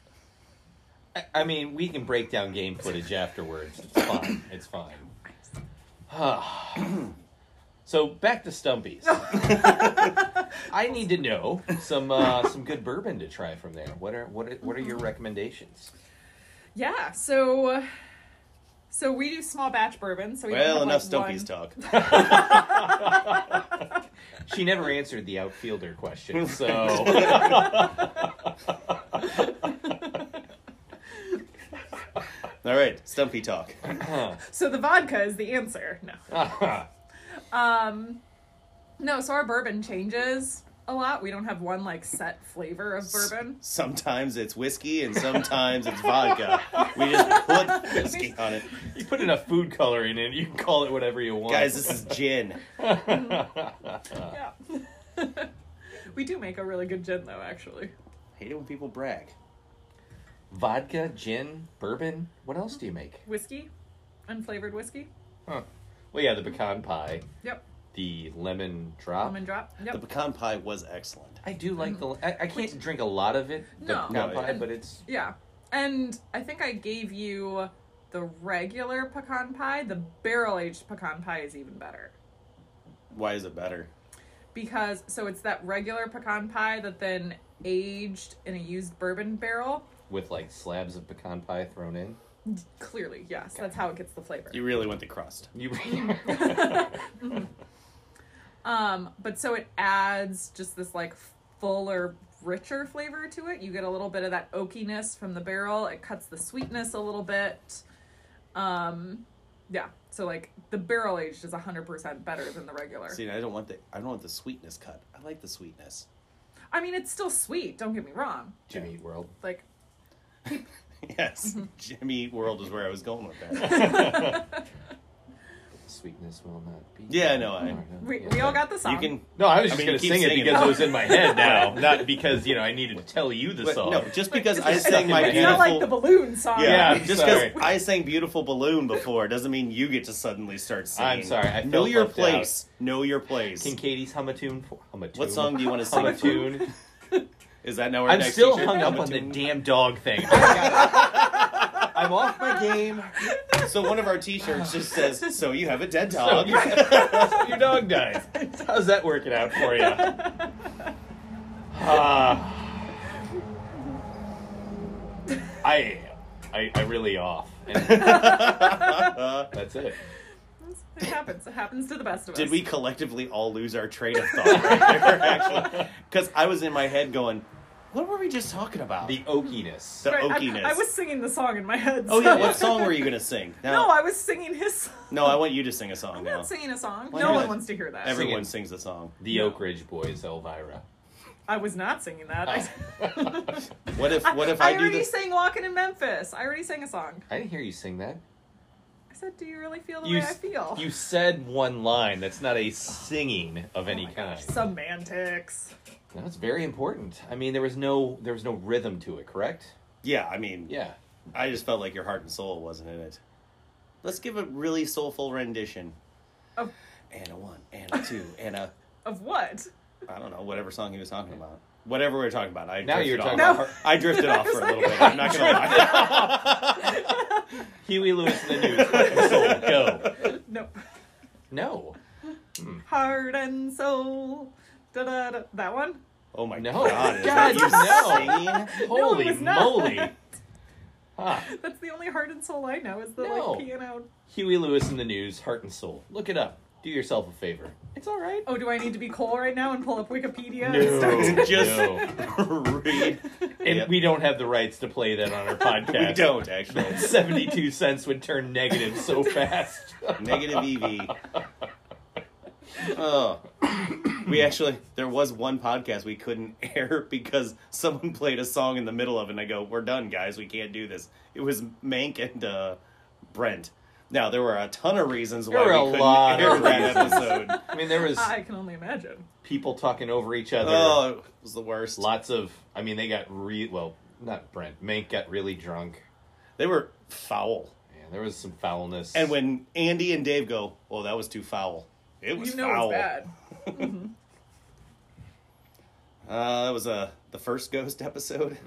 Speaker 2: I- I mean, we can break down game footage afterwards. It's fine. It's fine. so back to Stumpy's. I need to know some uh, some good bourbon to try from there. What are what are, what are your recommendations?
Speaker 4: Yeah. So, so we do small batch bourbon. So we don't
Speaker 3: Well,
Speaker 4: have,
Speaker 3: enough
Speaker 4: like,
Speaker 3: Stumpy's
Speaker 4: one-
Speaker 3: talk.
Speaker 2: She never answered the outfielder question, so.
Speaker 3: All right, Stumpy talk.
Speaker 4: So the vodka is the answer. No. Um, no. So our bourbon changes a lot. We don't have one like set flavor of bourbon.
Speaker 3: Sometimes it's whiskey and sometimes it's vodka. We just put whiskey on it.
Speaker 2: you put enough food coloring in, you can call it whatever you want.
Speaker 3: Guys, this is gin.
Speaker 4: Yeah. we do make a really good gin though, actually.
Speaker 3: hate it when people brag.
Speaker 2: vodka, gin, bourbon. What else do you make?
Speaker 4: Whiskey, unflavored whiskey.
Speaker 2: Well, yeah, the pecan pie,
Speaker 4: Yep.
Speaker 2: the lemon drop.
Speaker 4: Lemon drop.
Speaker 3: The
Speaker 4: Yep.
Speaker 3: pecan pie was excellent.
Speaker 2: I do like the. I, I can't drink a lot of it, the
Speaker 4: No.
Speaker 2: pecan
Speaker 3: No,
Speaker 2: pie,
Speaker 3: yeah.
Speaker 2: but it's.
Speaker 4: Yeah. And I think I gave you the regular pecan pie. The barrel aged pecan pie is even better.
Speaker 3: Why is it better?
Speaker 4: Because, so it's that regular pecan pie that then aged in a used bourbon barrel.
Speaker 2: With like slabs of pecan pie thrown in.
Speaker 4: Clearly, yes. That's how it gets the flavor.
Speaker 3: You really went the crust.
Speaker 2: You.
Speaker 4: Um, but so it adds just this like fuller, richer flavor to it. You get a little bit of that oakiness from the barrel. It cuts the sweetness a little bit. Um, yeah. So like the barrel aged is hundred percent better than the regular.
Speaker 3: See, I don't want the I don't want the sweetness cut. I like the sweetness.
Speaker 4: I mean, it's still sweet. Don't get me wrong.
Speaker 2: Jimmy Eat World.
Speaker 4: Like
Speaker 3: Yes,
Speaker 4: Mm-hmm.
Speaker 3: Jimmy Eat World is where I was going with that.
Speaker 2: Sweetness will not be.
Speaker 3: Yeah, I know, I-
Speaker 4: we, we all got the song.
Speaker 3: You can
Speaker 2: No, I was
Speaker 3: I
Speaker 2: just
Speaker 3: mean,
Speaker 2: gonna
Speaker 3: keep
Speaker 2: sing it
Speaker 3: singing
Speaker 2: because
Speaker 3: it.
Speaker 2: it was in my head now, not because you know I needed to tell you the
Speaker 3: but
Speaker 2: song.
Speaker 3: no, just because I
Speaker 4: It's-
Speaker 3: sang my
Speaker 4: it's
Speaker 3: beautiful
Speaker 4: not like the balloon song.
Speaker 3: yeah,
Speaker 2: Yeah, I'm
Speaker 3: just because
Speaker 2: sorry.
Speaker 3: I sang "Beautiful Balloon" before doesn't mean you get to suddenly start singing.
Speaker 2: I'm sorry, I
Speaker 3: know
Speaker 2: felt
Speaker 3: your
Speaker 2: left
Speaker 3: place. Know your place.
Speaker 2: Can Katie's hum a tune? For, hum a tune.
Speaker 3: What song do you want to
Speaker 2: Hum
Speaker 3: sing?
Speaker 2: a
Speaker 3: for?
Speaker 2: tune.
Speaker 3: Is that now our
Speaker 2: I'm
Speaker 3: next
Speaker 2: still
Speaker 3: t-shirt?
Speaker 2: hung up
Speaker 3: Hum a
Speaker 2: on the
Speaker 3: tune?
Speaker 2: damn dog thing. I'm off my game.
Speaker 3: So one of our T-shirts just says, "So you have a dead dog."
Speaker 2: So your dog dies. How's that working out for you? Ah. I, I, I really off. And that's it.
Speaker 4: It happens. It happens to the best of us.
Speaker 3: Did we collectively all lose our train of thought right there? Actually, because I was in my head going, "What were we just talking about?"
Speaker 2: The oakiness.
Speaker 3: The
Speaker 4: Right, I-
Speaker 3: oakiness.
Speaker 4: I, was singing the song in my head.
Speaker 3: oh yeah,
Speaker 4: so-
Speaker 3: what song were you gonna sing?
Speaker 4: No, I was singing his song.
Speaker 3: no, I want you to sing a song
Speaker 4: I'm
Speaker 3: now.
Speaker 4: not singing a song.
Speaker 3: Why
Speaker 4: no
Speaker 3: not?
Speaker 4: one wants to hear that.
Speaker 3: Everyone sings a song.
Speaker 2: The Oak Ridge Boys, Elvira.
Speaker 4: I was not singing that. I,
Speaker 2: Oh.
Speaker 3: What if what if
Speaker 4: I
Speaker 3: I, do
Speaker 4: already
Speaker 3: this?
Speaker 4: sang "Walking in Memphis." I already sang a song.
Speaker 2: I didn't hear you sing that.
Speaker 4: I said, "Do you really feel the
Speaker 2: You,
Speaker 4: way Oh, I
Speaker 2: s-
Speaker 4: feel?"
Speaker 2: you said one line. That's not a singing of any kind.
Speaker 4: Semantics.
Speaker 2: That's very important. I mean, there was no there was no rhythm to it, correct?
Speaker 3: Yeah, I mean,
Speaker 2: Yeah.
Speaker 3: I just felt like your heart and soul wasn't in it. Let's give a really soulful rendition.
Speaker 4: Of-
Speaker 3: And a one, and a two, and a
Speaker 4: Of what?
Speaker 3: I don't know whatever song he was talking about. Whatever we are talking about, I
Speaker 2: Now
Speaker 3: drifted
Speaker 2: you're talking
Speaker 3: off.
Speaker 2: about
Speaker 4: No.
Speaker 2: Har-
Speaker 3: I drifted off for a little bit. I'm not gonna lie.
Speaker 2: Huey Lewis in the news. Heart and soul, go.
Speaker 4: Nope.
Speaker 2: No.
Speaker 4: Heart and soul. Da da da. That one.
Speaker 3: Oh my
Speaker 2: No.
Speaker 3: god! Is
Speaker 2: God,
Speaker 3: that you
Speaker 2: no.
Speaker 3: singing?
Speaker 2: Holy
Speaker 4: was not.
Speaker 2: moly. Ah,
Speaker 4: That's the only heart and soul I know is the
Speaker 2: No.
Speaker 4: like piano.
Speaker 2: Huey Lewis in the news, heart and soul. Look it up. Do yourself a favor. It's all right.
Speaker 4: Oh, do I need to be cool right now and pull up Wikipedia? and start-
Speaker 2: No,
Speaker 3: Just-
Speaker 2: no.
Speaker 3: Read.
Speaker 2: and
Speaker 3: Yep.
Speaker 2: we don't have the rights to play that on our podcast.
Speaker 3: We don't actually.
Speaker 2: 72 cents would turn negative so fast.
Speaker 3: Negative EV. Oh, we actually there was one podcast we couldn't air because someone played a song in the middle of it, and I go, "We're done, guys. We can't do this." It was Mank and uh, Brent. Now there were a ton of reasons why
Speaker 2: There were
Speaker 3: we
Speaker 2: a
Speaker 3: couldn't
Speaker 2: lot
Speaker 3: air
Speaker 2: of
Speaker 3: that
Speaker 2: reasons.
Speaker 3: episode.
Speaker 2: I mean, there was
Speaker 4: I can only imagine.
Speaker 2: people talking over each other.
Speaker 3: Oh, it was the worst.
Speaker 2: Lots of, I mean, they got re well, not Brent. Mank got really drunk.
Speaker 3: They were foul.
Speaker 2: Yeah, there was some foulness.
Speaker 3: And when Andy and Dave go, "Oh, that was too foul." It was
Speaker 4: you know
Speaker 3: foul.
Speaker 4: it's bad.
Speaker 3: Uh, that was uh, the first Ghost episode.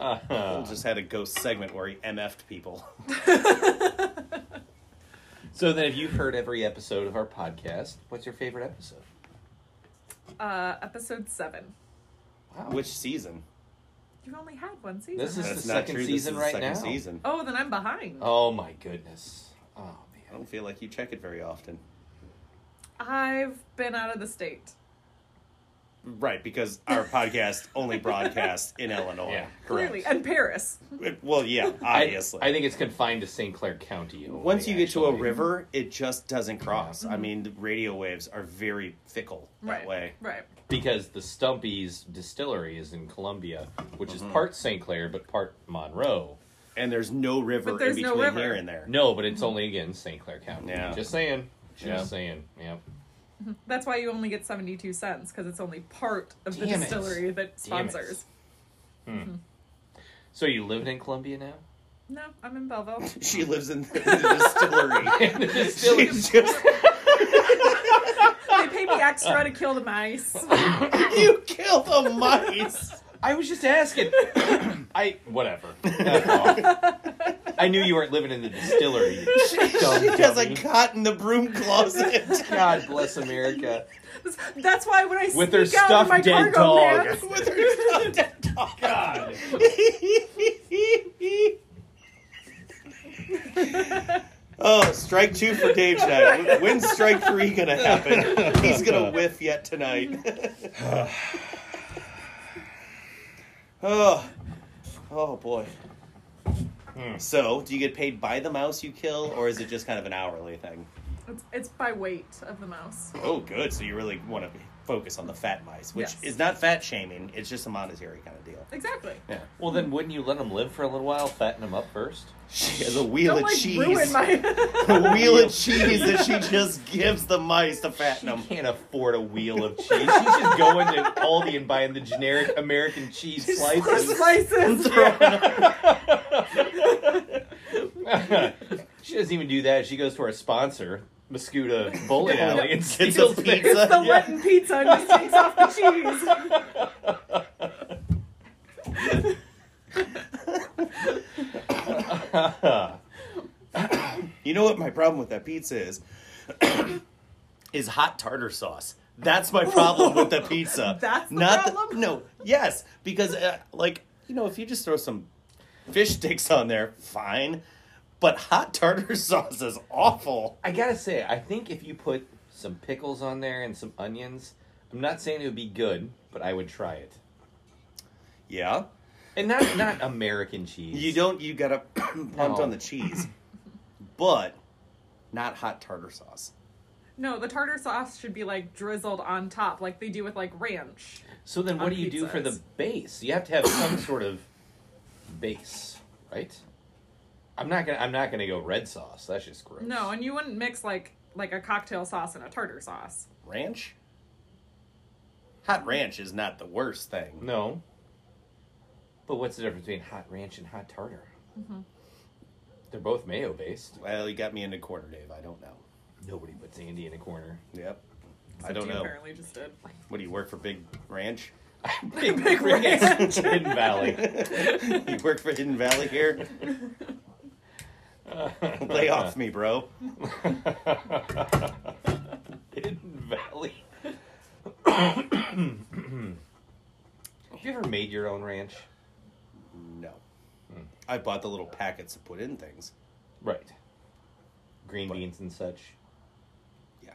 Speaker 2: Uh,
Speaker 3: Cole just had a ghost segment where he MF'd people.
Speaker 2: so then, if you've heard every episode of our podcast, what's your favorite episode?
Speaker 4: Uh, episode seven.
Speaker 2: Wow,
Speaker 3: Which season?
Speaker 4: You've only had one season.
Speaker 2: This is
Speaker 4: huh?
Speaker 2: the second
Speaker 3: This
Speaker 2: season
Speaker 3: is the
Speaker 2: right
Speaker 3: second
Speaker 2: now.
Speaker 3: season.
Speaker 4: oh, then I'm behind.
Speaker 2: Oh my goodness. Oh
Speaker 3: I
Speaker 2: man.
Speaker 3: don't feel like you check it very often.
Speaker 4: I've been out of the state.
Speaker 3: Right, because our podcast only broadcasts in Illinois.
Speaker 2: Yeah, correct.
Speaker 4: Clearly, and Paris.
Speaker 3: It- well, yeah,
Speaker 2: I-
Speaker 3: obviously.
Speaker 2: I, think it's confined to St. Clair County. only,
Speaker 3: Once you get to a
Speaker 2: actually.
Speaker 3: river, it just doesn't cross. I mean, the radio waves are very fickle that
Speaker 4: right.
Speaker 3: way.
Speaker 4: Right.
Speaker 2: because the Stumpy's distillery is in Columbia, which
Speaker 3: Mm-hmm.
Speaker 2: is part St. Clair but part Monroe.
Speaker 3: And there's no river
Speaker 4: But there's
Speaker 3: in
Speaker 4: no
Speaker 3: between
Speaker 4: river.
Speaker 3: here and there.
Speaker 2: No, but it's only again St. Clair County.
Speaker 3: Yeah.
Speaker 2: Just saying. Just
Speaker 3: Yeah.
Speaker 2: saying. Yeah.
Speaker 4: That's why you only get 72 cents because it's only part of the
Speaker 2: Damn it.
Speaker 4: distillery that sponsors.
Speaker 2: So you living in Columbia now?
Speaker 4: No, I'm in Belleville.
Speaker 3: She lives in the, distillery.
Speaker 2: And the distillery-
Speaker 3: She's just,
Speaker 4: they pay me extra to kill the mice.
Speaker 3: you kill the mice.
Speaker 2: I was just asking. I whatever. I knew you weren't living in the distillery.
Speaker 3: She, she
Speaker 2: Dumb
Speaker 3: has a
Speaker 2: dummy.
Speaker 3: cot in the broom closet
Speaker 2: God bless America.
Speaker 4: That's why when I
Speaker 2: With
Speaker 4: sneak
Speaker 2: her
Speaker 4: out in my
Speaker 2: stuffed dead
Speaker 4: cargo
Speaker 2: dog.
Speaker 4: pants,
Speaker 3: with her stuffed dog.
Speaker 2: God.
Speaker 3: oh, strike two for Dave tonight. When's strike three gonna happen? He's gonna whiff yet tonight. oh, oh boy.
Speaker 2: Hmm.
Speaker 3: So, do you get paid by the mouse you kill, or is it just kind of an hourly thing?
Speaker 4: it's, it's by weight of the mouse.
Speaker 3: Oh, good. So you really want to focus on the fat mice, which
Speaker 4: Yes.
Speaker 3: is not fat shaming. It's just a monetary kind of deal.
Speaker 4: Exactly.
Speaker 3: Yeah.
Speaker 2: Well, then wouldn't you let them live for a little while, fatten them up first?
Speaker 3: She has a wheel
Speaker 4: Don't
Speaker 3: of
Speaker 4: like ruin
Speaker 3: cheese.
Speaker 4: my.
Speaker 3: a wheel of cheese that she just gives the mice to
Speaker 2: She
Speaker 3: fatten them.
Speaker 2: can't afford a wheel of cheese. She's just going to Aldi and buying the generic American cheese slices.
Speaker 4: slices.
Speaker 2: she doesn't even do that. She goes to our sponsor, Mosquito Bowling
Speaker 3: Yeah.
Speaker 2: Alley, and
Speaker 3: Gets
Speaker 2: steals
Speaker 3: a
Speaker 2: their-
Speaker 3: pizza.
Speaker 4: It's the
Speaker 2: Yeah.
Speaker 4: Latin pizza and just takes off the cheese.
Speaker 3: You know what my problem with that pizza is? is hot tartar sauce. That's my problem with the pizza.
Speaker 4: That's the problem?
Speaker 3: no, yes, because uh, like you know, if you just throw some fish sticks on there, fine. But hot tartar sauce is awful.
Speaker 2: I gotta say, I think if you put some pickles on there and some onions, I'm not saying it would be good, but I would try it.
Speaker 3: Yeah,
Speaker 2: And not not American cheese.
Speaker 3: you don't. You gotta punt
Speaker 2: No.
Speaker 3: on the cheese, but not hot tartar sauce.
Speaker 4: No, the tartar sauce should be like drizzled on top, like they do with like ranch.
Speaker 2: So then, what
Speaker 4: on
Speaker 2: do you do for the
Speaker 4: pizzas.
Speaker 2: base? You have to have some sort of base, right? I'm not gonna. I'm not gonna go red sauce. That's just gross.
Speaker 4: No, and you wouldn't mix like like a cocktail sauce and a tartar sauce.
Speaker 3: Ranch. Hot ranch is not the worst thing.
Speaker 2: no. But what's the difference between hot ranch and hot tartar? They're both mayo based.
Speaker 3: Well, you got me in a corner, Dave. I don't know.
Speaker 2: Nobody puts Andy in a corner.
Speaker 3: Yep. I
Speaker 4: Except
Speaker 3: don't
Speaker 4: you
Speaker 3: know.
Speaker 4: Apparently, just did.
Speaker 3: What do you work for Big Ranch?
Speaker 2: Big,
Speaker 4: ranch.
Speaker 2: Hidden Valley.
Speaker 3: you work for Hidden Valley here? Lay off me, bro.
Speaker 2: Hidden Valley. have you ever made your own ranch?
Speaker 3: No.
Speaker 2: Hmm.
Speaker 3: I bought the little packets to put in things.
Speaker 2: Right. Green beans and such.
Speaker 3: Yeah.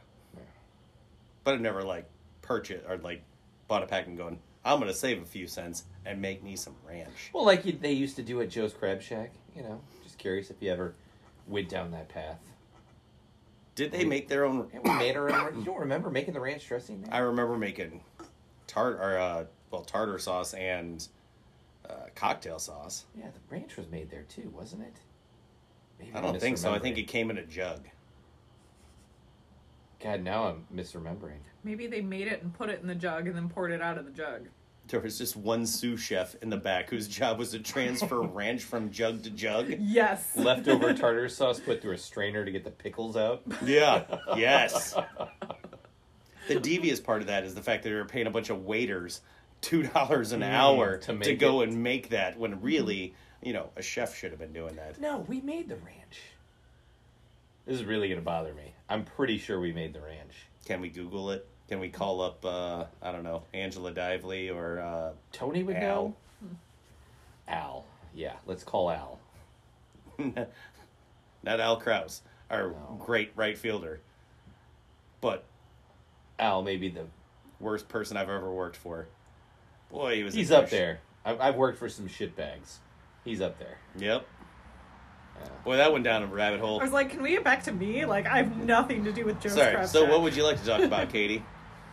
Speaker 3: But I never like purchased or like bought a pack and going, I'm gonna save a few cents and make me some ranch.
Speaker 2: Well, like you, they used to do at Joe's Crab Shack. You know, just curious if you ever went down that path.
Speaker 3: Did they make their own
Speaker 2: And we made our own. You don't remember making the ranch dressing?
Speaker 3: I
Speaker 2: There?
Speaker 3: remember making tart or uh well tartar sauce and uh, cocktail sauce.
Speaker 2: Yeah, the ranch was made there too, wasn't it? Maybe
Speaker 3: I
Speaker 2: I'm
Speaker 3: don't think so. I think
Speaker 2: misremembering.
Speaker 3: it came in a jug.
Speaker 2: God, now I'm misremembering.
Speaker 4: Maybe they made it and put it in the jug and then poured it out of the jug.
Speaker 3: there was just one sous chef in the back whose job was to transfer ranch from jug to jug.
Speaker 4: Yes.
Speaker 2: Leftover tartar sauce put through a strainer to get the pickles out.
Speaker 3: Yeah. Yes. The devious part of that is the fact that they were paying a bunch of waiters two dollars an hour
Speaker 2: Mm, to
Speaker 3: to,
Speaker 2: make
Speaker 3: go
Speaker 2: it. Mm-hmm.
Speaker 3: and make that when really, you know, a chef should have been doing that.
Speaker 2: No, we made the ranch. This is really gonna bother me. I'm pretty sure we made the ranch.
Speaker 3: Can we Google it? Can we call up uh, I don't know, Angela Dively or uh,
Speaker 2: Tony would know. Hmm.
Speaker 3: Al?
Speaker 2: Al. Yeah, let's call Al.
Speaker 3: not Al Kraus, our great right fielder. But
Speaker 2: Al, maybe the
Speaker 3: worst person I've ever worked for. Boy, he was a
Speaker 2: he's up
Speaker 3: douche.
Speaker 2: there. I've, I've worked for some shitbags. He's up there.
Speaker 3: Yep. Boy, that went down a rabbit hole.
Speaker 4: I was like, can we get back to me? Like, I have nothing to do with Joe
Speaker 3: Sorry.
Speaker 4: Strapchak.
Speaker 3: So, what would you like to talk about, Katie?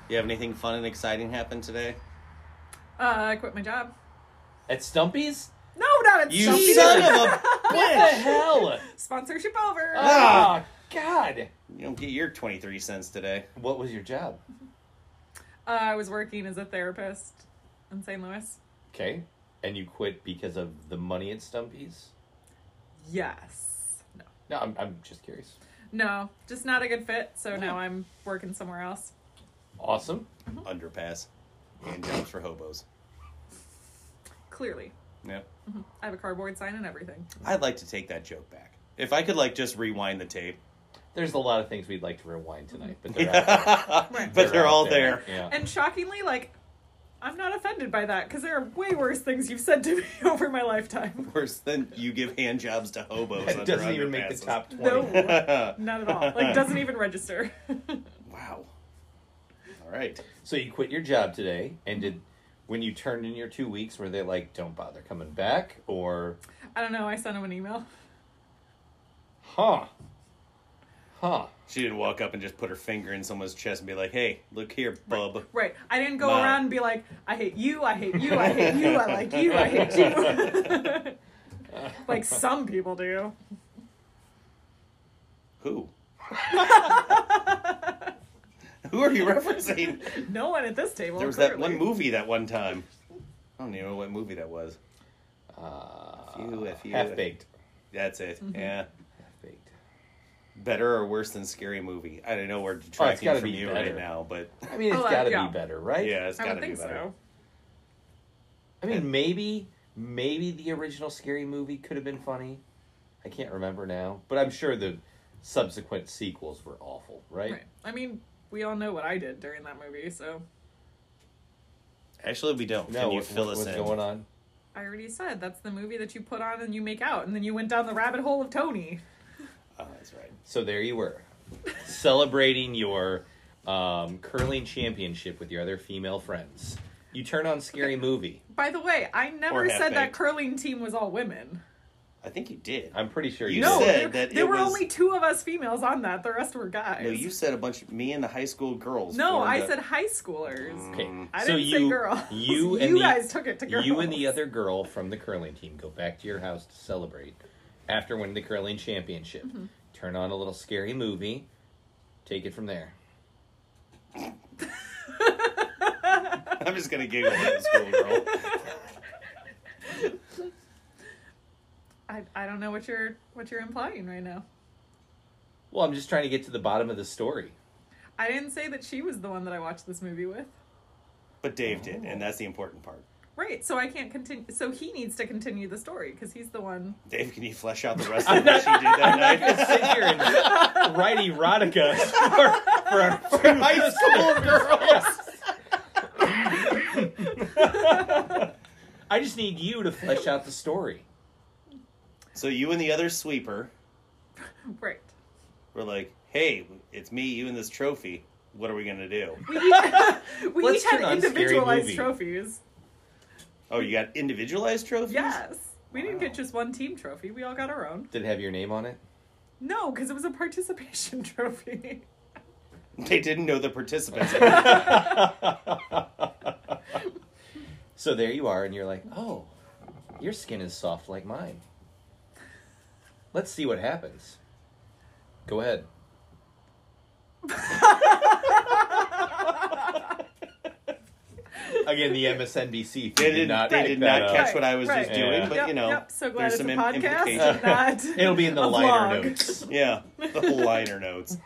Speaker 3: You have anything fun and exciting happen today?
Speaker 4: Uh, I quit my job.
Speaker 2: At Stumpy's?
Speaker 4: No, not at
Speaker 3: You
Speaker 4: Stumpy's.
Speaker 3: son of a
Speaker 2: What the hell?
Speaker 4: Sponsorship over.
Speaker 3: Uh,
Speaker 2: Ah,
Speaker 3: Oh,
Speaker 2: God.
Speaker 3: You don't get your 23 cents today.
Speaker 2: What was your job?
Speaker 4: Uh, I was working as a therapist in St. Louis.
Speaker 2: Okay. And you quit because of the money at Stumpy's?
Speaker 4: Yes. No.
Speaker 2: No, I'm, I'm just curious.
Speaker 4: No, just not a good fit. So
Speaker 3: Yeah.
Speaker 4: now I'm working somewhere else.
Speaker 2: Awesome.
Speaker 3: Underpass. And jobs for hobos.
Speaker 4: Clearly,
Speaker 3: Yep.
Speaker 4: I have a cardboard sign and everything.
Speaker 3: I'd like to take that joke back. If I could, like, just rewind the tape.
Speaker 2: There's a lot of things we'd like to rewind tonight, but they're out there.
Speaker 3: but they're,
Speaker 2: out
Speaker 3: all there.
Speaker 2: Yeah.
Speaker 4: And shockingly, like, I'm not offended by that because there are way worse things you've said to me over my lifetime.
Speaker 3: Worse than you give hand jobs to hobos.
Speaker 2: That
Speaker 3: under
Speaker 2: doesn't even make the
Speaker 3: underpasses.
Speaker 2: top 20.
Speaker 4: No, not at all. Like, doesn't even register.
Speaker 3: Wow. All right.
Speaker 2: So you quit your job today, and did when you turned in your two weeks, were they like, "Don't bother coming back," or
Speaker 4: I don't know. I sent him an email.
Speaker 2: "Huh, huh"?
Speaker 3: She didn't walk up and just put her finger in someone's chest and be like, hey, look here, bub.
Speaker 4: Right. I didn't go
Speaker 3: Wow.
Speaker 4: around and be like, I hate you, I hate you, I hate you, I like you, I hate you. like some people do.
Speaker 3: Who? Who are you referencing?
Speaker 4: No one at this table.
Speaker 3: There was that one movie that one time. I don't even know what movie that was.
Speaker 2: Uh,
Speaker 3: Few, a few,
Speaker 2: half baked,
Speaker 3: That's it.
Speaker 4: Mm-hmm.
Speaker 3: Yeah.
Speaker 2: half baked.
Speaker 3: Better or worse than Scary Movie? I don't know where
Speaker 2: Oh, it's
Speaker 3: detracting
Speaker 2: gotta
Speaker 3: from
Speaker 2: be
Speaker 3: you
Speaker 2: better.
Speaker 3: right now, but
Speaker 2: I mean, it's
Speaker 4: Oh, uh,
Speaker 2: got to
Speaker 4: yeah.
Speaker 2: be better, right?
Speaker 3: yeah, it's
Speaker 4: I
Speaker 3: got to
Speaker 4: would
Speaker 3: be
Speaker 4: think
Speaker 3: better.
Speaker 4: so.
Speaker 2: I mean, maybe, maybe the original scary movie could have been funny. I can't remember now, but I'm sure the subsequent sequels were awful, right?
Speaker 4: Right. I mean, we all know what I did during that movie, so
Speaker 3: Actually, we don't.
Speaker 2: No,
Speaker 3: Can you
Speaker 2: what-
Speaker 3: fill
Speaker 2: what-
Speaker 3: us
Speaker 2: what's
Speaker 3: in?
Speaker 2: going on?
Speaker 4: I already said that's the movie that you put on and you make out, and then you went down the rabbit hole of Tony.
Speaker 3: Oh, that's right.
Speaker 2: So there you were, celebrating your um, curling championship with your other female friends. You turn on Scary Movie.
Speaker 4: By the way, I never
Speaker 3: Or
Speaker 4: said that
Speaker 3: half-baked.
Speaker 4: curling team was all women.
Speaker 3: I think you did.
Speaker 2: I'm pretty sure you,
Speaker 3: You
Speaker 4: no,
Speaker 2: did.
Speaker 3: said
Speaker 4: there,
Speaker 3: that
Speaker 4: there
Speaker 3: it
Speaker 4: were
Speaker 3: was-
Speaker 4: only two of us females on that. The rest were guys.
Speaker 3: no, you said a bunch of me and the high school girls.
Speaker 4: No,
Speaker 3: formed
Speaker 4: I
Speaker 3: a-
Speaker 4: said high schoolers.
Speaker 2: Okay,
Speaker 4: I
Speaker 2: so
Speaker 4: didn't
Speaker 2: you,
Speaker 4: say girls.
Speaker 2: You
Speaker 4: You
Speaker 2: and the,
Speaker 4: guys took it to girls.
Speaker 2: You and the other girl from the curling team go back to your house to celebrate after winning the curling championship. Turn on a little Scary Movie. Take it from there.
Speaker 3: I'm just gonna giggle at the school girl.
Speaker 4: I, I don't know what you're what you're implying right now.
Speaker 2: Well, I'm just trying to get to the bottom of the story.
Speaker 4: I didn't say that she was the one that I watched this movie with.
Speaker 3: But Dave did, and that's the important part.
Speaker 4: Right, so I can't continue. So he needs to continue the story because he's the one.
Speaker 3: Dave, can you flesh out the rest of what she did that night?
Speaker 2: Sit here and write erotica for, for our for high school girls. I just need you to flesh out the story.
Speaker 3: So you and the other sweeper
Speaker 4: Right.
Speaker 3: were like, "Hey, it's me, you, and this trophy. What are we gonna do?"
Speaker 4: We each, we
Speaker 2: Let's
Speaker 4: each had
Speaker 2: turn on Scary
Speaker 4: individualized
Speaker 2: Movie.
Speaker 4: trophies.
Speaker 3: Oh, you got individualized trophies.
Speaker 4: Yes. We didn't get just one team trophy. We all got our own.
Speaker 2: Did it have your name on it?
Speaker 4: No, because it was a participation trophy.
Speaker 3: They didn't know the participants.
Speaker 2: So there you are, and you're like, oh, your skin is soft like mine. Let's see what happens. Go ahead.
Speaker 3: I
Speaker 2: Again, the MSNBC.
Speaker 3: They did not. They
Speaker 2: pick
Speaker 3: did
Speaker 2: that
Speaker 3: not
Speaker 2: up.
Speaker 3: catch what I was just
Speaker 4: Right.
Speaker 3: doing,
Speaker 2: Yeah.
Speaker 3: but you know,
Speaker 4: yep. So glad
Speaker 3: there's some
Speaker 4: it's a
Speaker 3: im-
Speaker 4: podcast,
Speaker 3: implication.
Speaker 4: and not
Speaker 2: uh, It'll be in the
Speaker 4: a
Speaker 2: liner
Speaker 4: vlog.
Speaker 2: notes.
Speaker 3: yeah, the whole liner notes.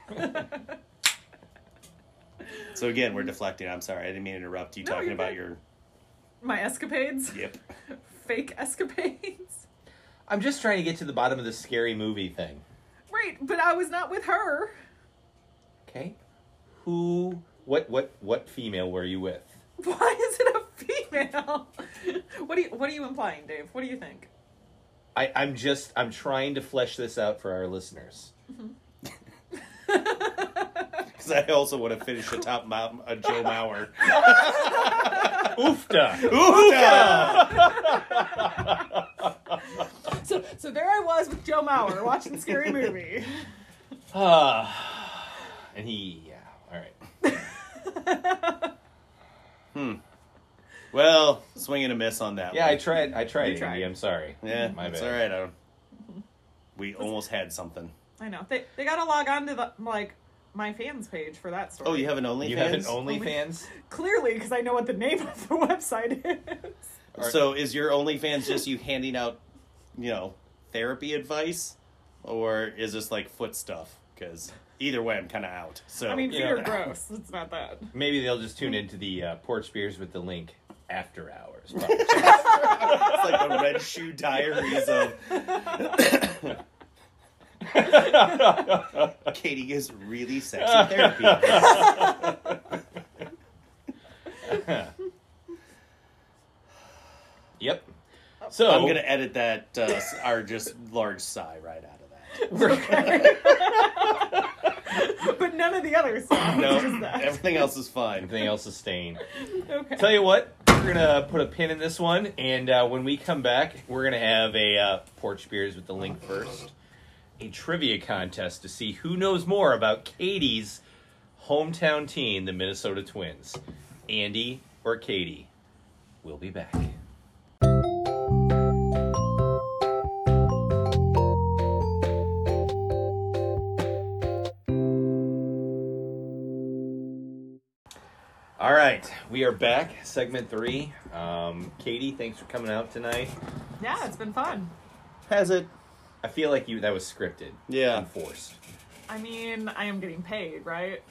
Speaker 3: so again, we're deflecting. I'm sorry, I didn't mean to interrupt you
Speaker 4: No,
Speaker 3: talking
Speaker 4: you're
Speaker 3: about
Speaker 4: good.
Speaker 3: your
Speaker 4: my escapades,
Speaker 3: yip.
Speaker 4: fake escapades.
Speaker 2: I'm just trying to get to the bottom of the scary movie thing.
Speaker 4: Right, but I was not with her.
Speaker 2: Okay, who? What? What? What female were you with?
Speaker 4: Why is it a female? What do you What are you implying, Dave? What do you think?
Speaker 2: I, I'm just. I'm trying to flesh this out for our listeners.
Speaker 3: Because I also want to finish the top mom, uh, Joe Mauer.
Speaker 2: Oofta.
Speaker 3: Ooh-da!
Speaker 4: So, so there I was with Joe Mauer watching scary movie.
Speaker 2: Ah. and he. Yeah. All right.
Speaker 3: Well, swing and a miss on that.
Speaker 2: Yeah,
Speaker 3: one.
Speaker 2: I tried. I tried.
Speaker 4: You tried.
Speaker 2: Andy, I'm sorry.
Speaker 3: Yeah,
Speaker 2: my
Speaker 3: it's
Speaker 2: bad.
Speaker 3: all right. I don't, we almost had something.
Speaker 4: I know they they gotta log on to the like my fans page for that story.
Speaker 3: Oh, you have an OnlyFans.
Speaker 2: You have an
Speaker 4: Only-
Speaker 2: OnlyFans?
Speaker 4: clearly because I know what the name of the website is.
Speaker 3: So is your OnlyFans just you handing out, you know, therapy advice, or is this like foot stuff? Because either way, I'm kind of out. So
Speaker 4: I mean, feet
Speaker 2: Yeah.
Speaker 4: are gross. It's not that.
Speaker 2: Maybe they'll just tune into the uh, Porch Beers with the link after hours.
Speaker 3: it's like the Red Shoe Diaries of Katie is really sexy therapy. advice.
Speaker 2: yep. So
Speaker 3: Oh. I'm gonna edit that uh, s- our just large sigh right out of that.
Speaker 4: But none of the others.
Speaker 3: No,
Speaker 4: It's just that.
Speaker 3: everything else is fine.
Speaker 2: Everything else is staying.
Speaker 4: Okay.
Speaker 2: Tell you what, we're gonna put a pin in this one, and uh, when we come back, we're gonna have a uh, Porch Beers with the link first, a trivia contest to see who knows more about Katie's hometown team, the Minnesota Twins, Andy or Katie. We'll be back. All right, we are back. Segment three. Um, Katie, thanks for coming out tonight.
Speaker 4: yeah, it's been fun.
Speaker 3: Has it?
Speaker 2: I feel like you that was scripted
Speaker 3: Yeah.
Speaker 2: and forced.
Speaker 4: I mean, I am getting paid, right?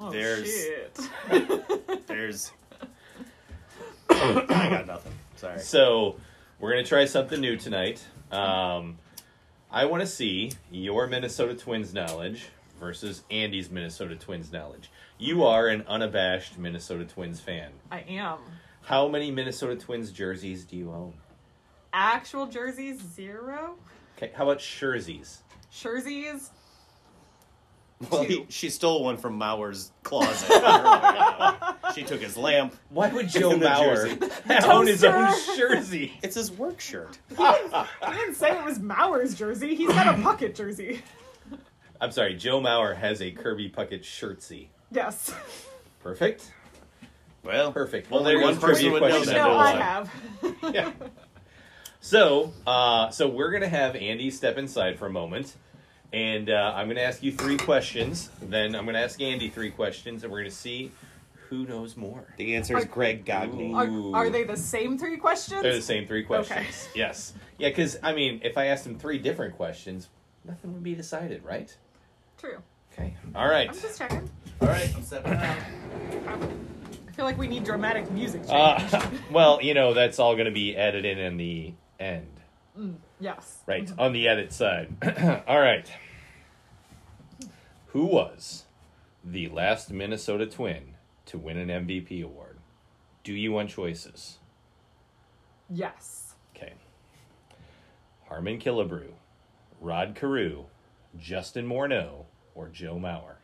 Speaker 4: Oh
Speaker 3: There's-
Speaker 4: shit!
Speaker 3: There's. I got nothing. Sorry.
Speaker 2: So we're gonna try something new tonight. Um, I want to see your Minnesota Twins knowledge versus Andy's Minnesota Twins knowledge. You are an unabashed Minnesota Twins fan.
Speaker 4: I am
Speaker 2: How many Minnesota Twins jerseys do you own?
Speaker 4: actual jerseys zero,
Speaker 2: Okay, how about jerseys?
Speaker 4: jerseys
Speaker 3: Well,
Speaker 4: Two.
Speaker 3: he, she stole one from Mauer's closet. Oh, she took his lamp.
Speaker 2: Why would Joe
Speaker 3: In the
Speaker 2: Mauer own his own
Speaker 4: Toaster.
Speaker 2: jersey?
Speaker 3: It's his work shirt.
Speaker 4: I didn't say it was Maurer's jersey. He's got a pocket jersey.
Speaker 2: I'm sorry, Joe Mauer has a Kirby Puckett shirtsy.
Speaker 4: Yes.
Speaker 2: Perfect.
Speaker 3: Well,
Speaker 2: Perfect.
Speaker 3: Well,
Speaker 2: Well, there
Speaker 3: one
Speaker 2: goes
Speaker 3: person
Speaker 2: trivia
Speaker 3: would know
Speaker 2: question
Speaker 3: that.
Speaker 2: number
Speaker 4: no, I
Speaker 2: one.
Speaker 4: have.
Speaker 2: yeah. So, uh, so we're gonna have Andy step inside for a moment, and uh, I'm gonna ask you three questions. Then I'm gonna ask Andy three questions, and we're gonna see who knows more.
Speaker 3: The answer is Greg Gagne.
Speaker 4: Are,
Speaker 2: Ooh.
Speaker 4: are they the same three questions?
Speaker 2: They're the same three questions. Yes. Yeah, because I mean, if I asked him three different questions, nothing would be decided, right?
Speaker 4: True.
Speaker 2: Okay. All right.
Speaker 4: I'm just checking.
Speaker 3: All right, I'm stepping out.
Speaker 4: I feel like we need dramatic music. Change.
Speaker 2: Uh, well, you know, that's all gonna be added in in the end,
Speaker 4: yes.
Speaker 2: right? On the edit side. all right. Who was the last Minnesota Twin to win an MVP award? Do you want choices?
Speaker 4: Yes.
Speaker 2: Okay. Harmon Killebrew, Rod Carew, Justin Morneau, or Joe Mauer?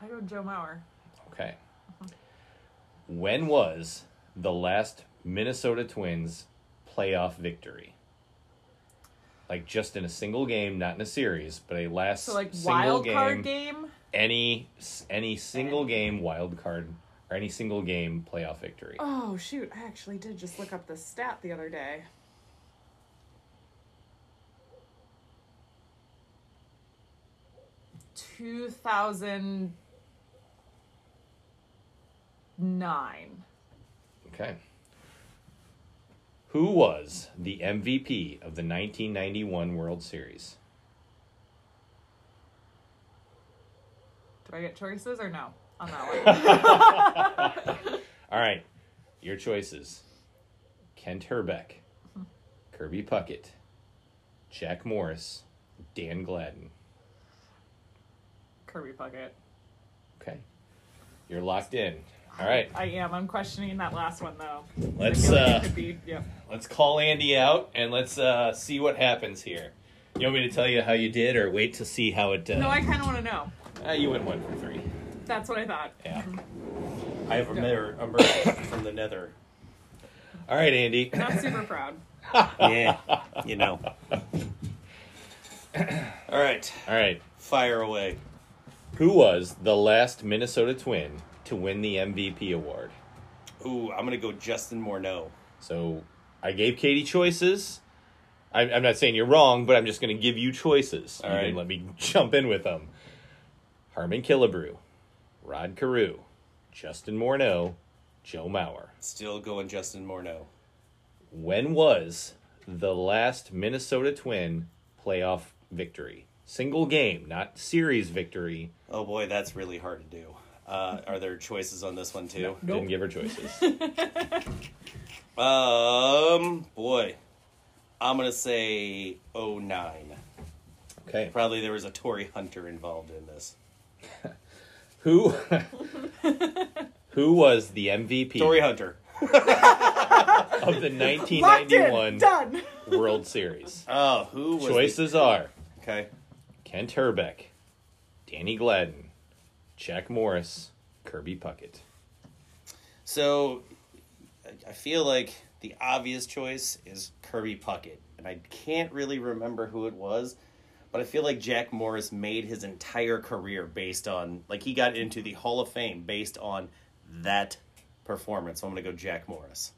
Speaker 4: I go Joe Mauer.
Speaker 2: Okay. When was the last Minnesota Twins playoff victory? Like just in a single game, not in a series, but a last
Speaker 4: So like
Speaker 2: single
Speaker 4: wild
Speaker 2: game,
Speaker 4: card game.
Speaker 2: any any single game wild card or any single game playoff victory.
Speaker 4: Oh shoot! I actually did just look up the stat the other day. 2009.
Speaker 2: Okay. Who was the MVP of the 1991 World Series?
Speaker 4: Did I get choices or no on that one?
Speaker 2: All right, your choices: Kent Herbeck, Kirby Puckett, Jack Morris, Dan Gladden.
Speaker 4: Kirby Puckett.
Speaker 2: Okay, you're locked in. All right,
Speaker 4: I am. I'm questioning that last one though.
Speaker 2: Let's,
Speaker 4: I feel like
Speaker 2: uh,
Speaker 4: it could be, yeah.
Speaker 2: let's call Andy out and let's uh, see what happens here. You want me to tell you how you did, or wait to see how it? Uh,
Speaker 4: No, I kind of want to know.
Speaker 2: uh, you went one for three.
Speaker 4: That's what I thought.
Speaker 2: Yeah.
Speaker 3: I have emer- emerged from the nether.
Speaker 2: All right, Andy.
Speaker 4: Not super proud.
Speaker 5: yeah, you know.
Speaker 3: All right,
Speaker 2: All right.
Speaker 3: fire away.
Speaker 2: Who was the last Minnesota Twin to win the MVP award?
Speaker 3: Ooh, I'm gonna go Justin Morneau.
Speaker 2: So I gave Katie choices. I'm, I'm not saying you're wrong, but I'm just going to give you choices.
Speaker 3: All
Speaker 2: you can
Speaker 3: right.
Speaker 2: let me jump in with them. Harmon Killebrew, Rod Carew, Justin Morneau, Joe Mauer.
Speaker 3: Still going Justin Morneau.
Speaker 2: When was the last Minnesota Twin playoff victory? Single game, not series victory.
Speaker 3: Oh boy, that's really hard to do. Uh, are there choices on this one too?
Speaker 2: Didn't give her choices.
Speaker 3: Um, boy, I'm gonna say 09.
Speaker 2: Okay.
Speaker 3: Probably there was a Tory Hunter involved in this.
Speaker 2: Who Who was the MVP
Speaker 3: Tory Hunter.
Speaker 2: of the
Speaker 4: Locked in.
Speaker 2: 1991
Speaker 4: Done.
Speaker 2: World Series?
Speaker 3: Oh, who was the-
Speaker 2: Choices are
Speaker 3: Okay.
Speaker 2: Kent Herbeck, Danny Gladden, Jack Morris, Kirby Puckett.
Speaker 3: So I- I feel like the obvious choice is Kirby Puckett, and I can't really remember who it was, but I feel like Jack Morris made his entire career based on like he got into the Hall of Fame based on that performance. So I'm gonna go Jack Morris.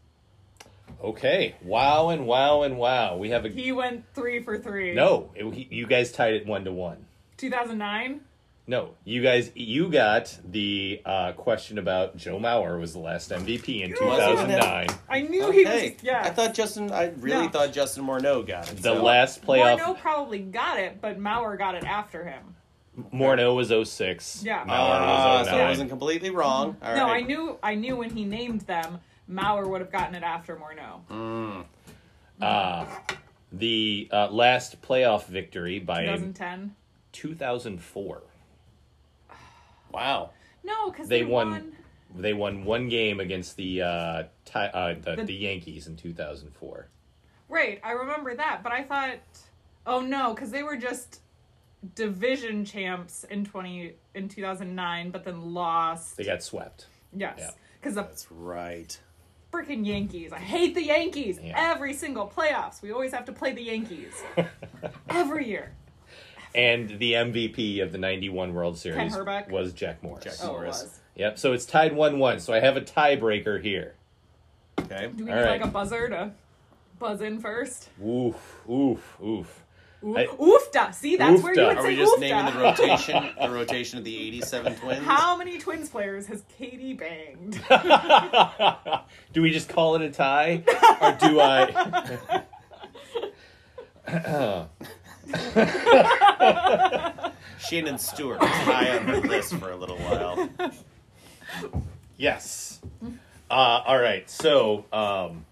Speaker 2: Okay. Wow and wow and wow. We have a
Speaker 4: He went three for three.
Speaker 2: no. it- he- you guys tied it one to one.
Speaker 4: 2009.
Speaker 2: No, you guys, you got the uh, question about Joe Mauer was the last MVP in
Speaker 3: wasn't even-
Speaker 2: 2009.
Speaker 4: I knew he
Speaker 3: Okay.
Speaker 4: was. Yeah.
Speaker 3: I thought Justin. I really
Speaker 4: No.
Speaker 3: thought Justin Morneau got it.
Speaker 2: The
Speaker 3: so-
Speaker 2: last playoff.
Speaker 4: Morneau probably got it, but Maurer got it after him.
Speaker 2: Morneau was 06.
Speaker 4: Yeah.
Speaker 2: Mauer
Speaker 3: Ah,
Speaker 2: was
Speaker 3: so
Speaker 2: 09.
Speaker 3: I wasn't completely wrong. All
Speaker 4: Mm-hmm. no,
Speaker 3: right.
Speaker 4: I knew. I knew when he named them, Maurer would have gotten it after Morneau.
Speaker 2: the uh, last playoff victory by
Speaker 4: 2010.
Speaker 2: 2004.
Speaker 3: Wow.
Speaker 4: No, because
Speaker 2: They
Speaker 4: they,
Speaker 2: won, They won one game against the uh, tie, uh, the,
Speaker 4: The-
Speaker 2: the Yankees in 2004.
Speaker 4: Right, I remember that, but I thought, oh no, because they were just division champs in twenty in two thousand nine, but then lost.
Speaker 2: They got swept. yeah.
Speaker 4: yes, because the
Speaker 3: That's right.
Speaker 4: freaking Yankees. I hate the Yankees.
Speaker 2: Yeah.
Speaker 4: Every single playoffs, we always have to play the Yankees every year.
Speaker 2: And the MVP of the 91 World Series
Speaker 4: Herbeck?
Speaker 2: was Jack Morris.
Speaker 3: Jack-
Speaker 4: Oh, it
Speaker 3: Morris.
Speaker 4: was.
Speaker 2: Yep, so it's tied 1 1. So I have a tiebreaker here.
Speaker 3: Okay.
Speaker 4: Do we
Speaker 2: All
Speaker 4: need
Speaker 2: right.
Speaker 4: like a buzzer to buzz in first?
Speaker 2: Oof, oof, oof.
Speaker 4: Oof,
Speaker 2: I-
Speaker 4: oofta. See, that's where you
Speaker 2: Oofta.
Speaker 4: would
Speaker 2: Are
Speaker 3: Are
Speaker 4: say
Speaker 3: we just
Speaker 4: oofta.
Speaker 3: naming the rotation? The rotation of the '87 Twins.
Speaker 4: How many Twins players has Katie banged?
Speaker 2: do we just call it a tie? Or do I.
Speaker 3: Shannon Stewart was high on her list for a little while.
Speaker 2: Yes. Uh, all right. So, um,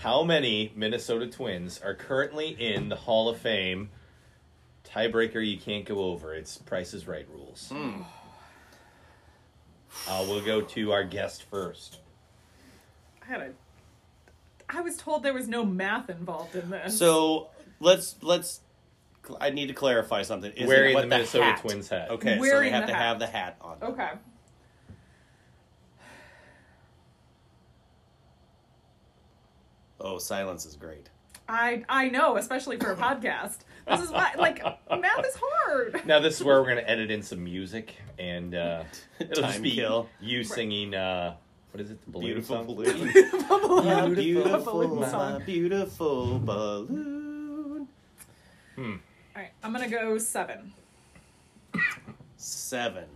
Speaker 2: how many Minnesota Twins are currently in the Hall of Fame? Tiebreaker, you can't go over. It's Price is Right rules. Uh, we'll go to our guest first.
Speaker 4: I had a. I was told there was no math involved in this.
Speaker 3: So let's let's. I need to clarify something. Is
Speaker 2: Wearing
Speaker 3: it what
Speaker 2: the Minnesota
Speaker 3: hat?
Speaker 2: Twins hat.
Speaker 3: Okay, so they
Speaker 4: Wearing
Speaker 3: have
Speaker 4: the
Speaker 3: to
Speaker 4: hat. Oh.
Speaker 3: have the hat on.
Speaker 4: okay.
Speaker 3: Oh, silence is great.
Speaker 4: I I know, especially for a podcast. This is why, like, math is hard.
Speaker 2: Now this is where we're gonna edit in some music and uh, it'll just
Speaker 3: Time
Speaker 2: be
Speaker 3: kill.
Speaker 2: you singing. Uh, what is it? The balloon
Speaker 3: Beautiful
Speaker 2: song?
Speaker 3: balloon.
Speaker 4: Balloon-
Speaker 3: My beautiful,
Speaker 4: balloon
Speaker 3: my
Speaker 4: song.
Speaker 3: beautiful balloon.
Speaker 4: All right, I'm gonna go seven.
Speaker 3: seven.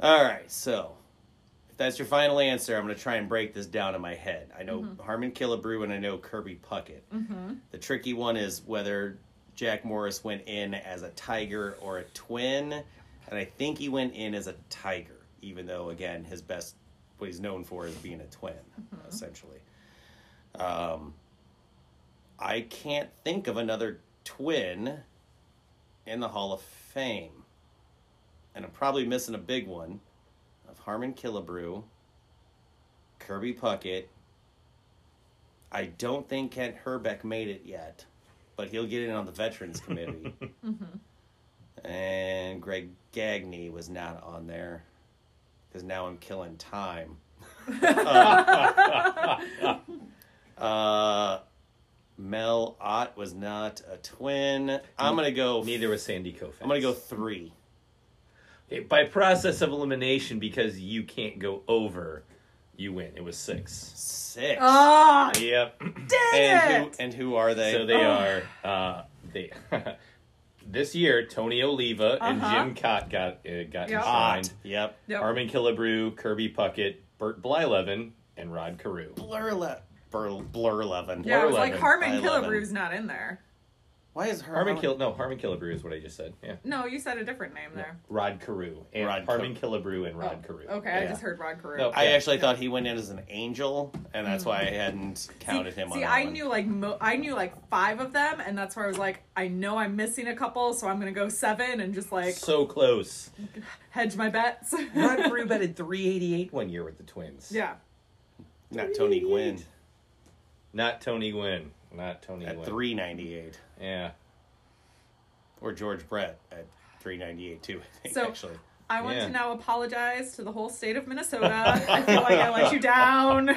Speaker 3: All right, so if that's your final answer, I'm going to try and break this down in my head. I know Harmon Killebrew and I know Kirby Puckett.
Speaker 4: Mm-hmm.
Speaker 3: The tricky one is whether Jack Morris went in as a tiger or a twin, and I think he went in as a tiger, even though again his best what he's known for is being a twin, essentially. Um, I can't think of another twin in the Hall of Fame, and I'm probably missing a big one of Harmon Killebrew, Kirby Puckett, I don't think Kent Herbeck made it yet, but he'll get in on the Veterans Committee. Mm-hmm. And Greg Gagne was not on there because now I'm killing time. uh, Mel Ott was not a twin. I'm gonna go.
Speaker 2: Neither was Sandy Koufax.
Speaker 3: I'm gonna go three.
Speaker 2: It- by process of elimination because you can't go over. You win. It was six.
Speaker 3: Six.
Speaker 4: Oh, dang
Speaker 2: Yep.
Speaker 3: Ah, and who
Speaker 4: it!
Speaker 3: and who are they?
Speaker 2: So they are uh, they. this year, Tony Oliva and
Speaker 4: Uh-huh.
Speaker 2: Jim Cott got uh, got
Speaker 4: Yep.
Speaker 2: enshrined.
Speaker 3: Ott. Yep.
Speaker 4: Yep.
Speaker 2: Armin Killebrew, Kirby Puckett, Burt Blyleven, and Rod Carew.
Speaker 3: Blurle. Blur, blur eleven.
Speaker 4: yeah, it was
Speaker 2: 11,
Speaker 4: like Harmon
Speaker 3: by 11.
Speaker 4: Killebrew's not in there.
Speaker 3: Why is her
Speaker 2: Harmon Kill no Harmon Killebrew is what I just said. Yeah.
Speaker 4: No, you said a different name there.
Speaker 2: Rod Carew and
Speaker 3: Rod
Speaker 2: Harmon Killebrew and Rod Carew.
Speaker 4: Okay, I
Speaker 3: Yeah.
Speaker 4: just heard Rod Carew.
Speaker 2: No,
Speaker 3: I
Speaker 2: Yeah.
Speaker 3: actually thought he went in as an angel, and that's why I hadn't counted
Speaker 4: Mm. see,
Speaker 3: him. on
Speaker 4: See,
Speaker 3: that
Speaker 4: I
Speaker 3: one.
Speaker 4: knew like mo- I knew like five of them, and that's where I was like, I know I'm missing a couple, so I'm gonna go seven and just like
Speaker 2: so close.
Speaker 4: hedge my bets.
Speaker 2: Rod Carew batted 388 one year with the Twins.
Speaker 4: yeah,
Speaker 3: not Tony Gwynn
Speaker 2: Not Tony Gwynn. Not Tony
Speaker 3: at
Speaker 2: Gwynn.
Speaker 3: three ninety eight,
Speaker 2: Yeah.
Speaker 3: or George Brett at three ninety eight too. I think
Speaker 4: So-
Speaker 3: actually,
Speaker 4: I want
Speaker 2: Yeah.
Speaker 4: to now apologize to the whole state of Minnesota. I feel like I let you down.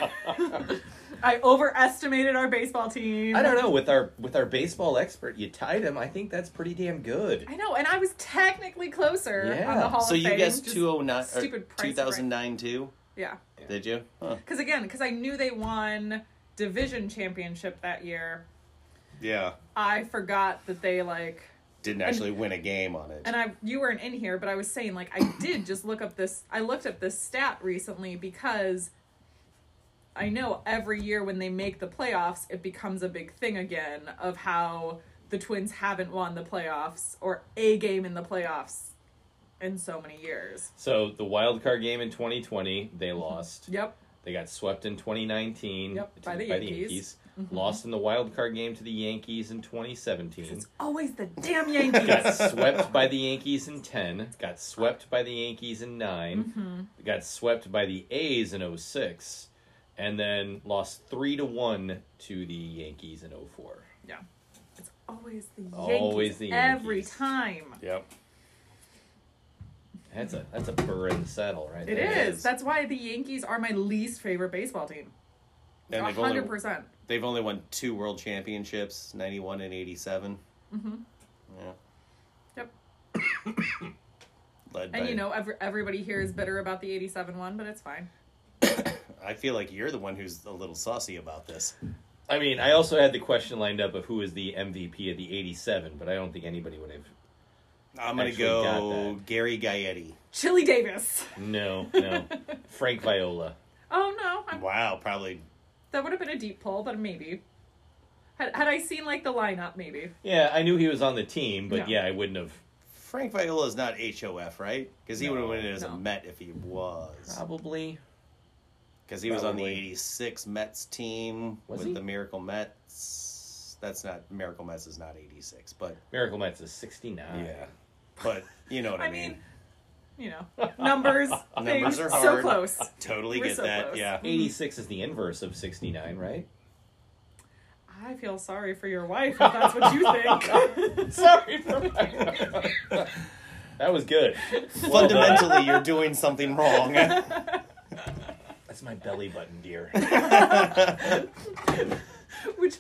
Speaker 4: I overestimated our baseball team.
Speaker 2: I don't know. With our with our baseball expert, you tied him. I think that's pretty damn good.
Speaker 4: I know, and I was technically closer on the
Speaker 2: Yeah.
Speaker 4: Hall
Speaker 3: so
Speaker 4: of
Speaker 3: you
Speaker 4: Fame,
Speaker 3: guessed
Speaker 4: just-
Speaker 3: two oh nine or
Speaker 4: stupid price
Speaker 3: two
Speaker 4: of
Speaker 3: thousand nine too?
Speaker 4: Yeah,
Speaker 3: Did you? Huh.
Speaker 4: because again, because I knew they won division championship that year.
Speaker 3: Yeah,
Speaker 4: I forgot that they like
Speaker 3: didn't actually win a game on it.
Speaker 4: and I you weren't in here, but I was saying like I did just look up this I looked up this stat recently because I know every year when they make the playoffs, it becomes a big thing again of how the Twins haven't won the playoffs or a game in the playoffs in so many years.
Speaker 2: So the wild card game in 2020, they lost.
Speaker 4: Yep.
Speaker 2: They got swept in 2019
Speaker 4: Yep,
Speaker 2: to-
Speaker 4: by the Yankees.
Speaker 2: Lost in the wild card game to the Yankees in 2017.
Speaker 4: It's always the damn
Speaker 2: got
Speaker 4: Yankees.
Speaker 2: swept by the Yankees in 10. Got swept by the Yankees in 9. Got swept by the A's in 06. And then lost 3 to 1 to the Yankees in 04.
Speaker 4: yeah. It's always the Yankees.
Speaker 2: Always the
Speaker 4: Every
Speaker 2: Yankees.
Speaker 4: time.
Speaker 3: yep.
Speaker 2: That's a that's a burr in the saddle right
Speaker 4: It
Speaker 2: there.
Speaker 4: is. That's why the Yankees are my least favorite baseball team.
Speaker 3: And they've only
Speaker 4: hundred percent.
Speaker 3: they've only won two world championships, ninety one and eighty seven.
Speaker 4: Mhm.
Speaker 3: Yeah.
Speaker 4: Yep.
Speaker 3: Led
Speaker 4: And
Speaker 3: by-
Speaker 4: you know, every, everybody here is bitter about the 87 one, but it's fine.
Speaker 3: I feel like you're the one who's a little saucy about this.
Speaker 2: I mean, I also had the question lined up of who is the MVP of the 87, but I don't think anybody would have
Speaker 3: I'm gonna
Speaker 2: Actually got
Speaker 3: go Gary Gaetti.
Speaker 4: Chili Davis.
Speaker 2: No, no. Frank Viola.
Speaker 4: Oh no, I'm,
Speaker 3: Wow, probably.
Speaker 4: that would have been a deep pull, but maybe. Had, had I seen like the lineup, maybe.
Speaker 2: Yeah, I knew he was on the team, but
Speaker 4: Yeah.
Speaker 2: yeah, I wouldn't have.
Speaker 3: Frank Viola is not HOF, right? Because he
Speaker 2: No.
Speaker 3: would have won it as
Speaker 4: No.
Speaker 3: a Met if he was.
Speaker 2: Probably.
Speaker 3: Because he was on the
Speaker 2: Probably.
Speaker 3: '86 Mets team
Speaker 2: Was
Speaker 3: with
Speaker 2: he?
Speaker 3: the Miracle Mets. That's not Miracle Mets is not '86, but
Speaker 2: Miracle Mets is 69.
Speaker 3: yeah, but you know what I,
Speaker 4: I mean, you know, numbers,
Speaker 3: Numbers
Speaker 4: things,
Speaker 3: are
Speaker 4: so
Speaker 3: hard.
Speaker 4: close.
Speaker 3: Totally
Speaker 4: we're
Speaker 3: get
Speaker 4: so
Speaker 3: that.
Speaker 4: close.
Speaker 3: Yeah.
Speaker 2: 86 is the inverse of 69, right?
Speaker 4: I feel sorry for your wife if that's what you think.
Speaker 2: Sorry for my. that was good.
Speaker 3: Fundamentally, you're doing something wrong.
Speaker 2: That's my belly button, dear.
Speaker 4: Which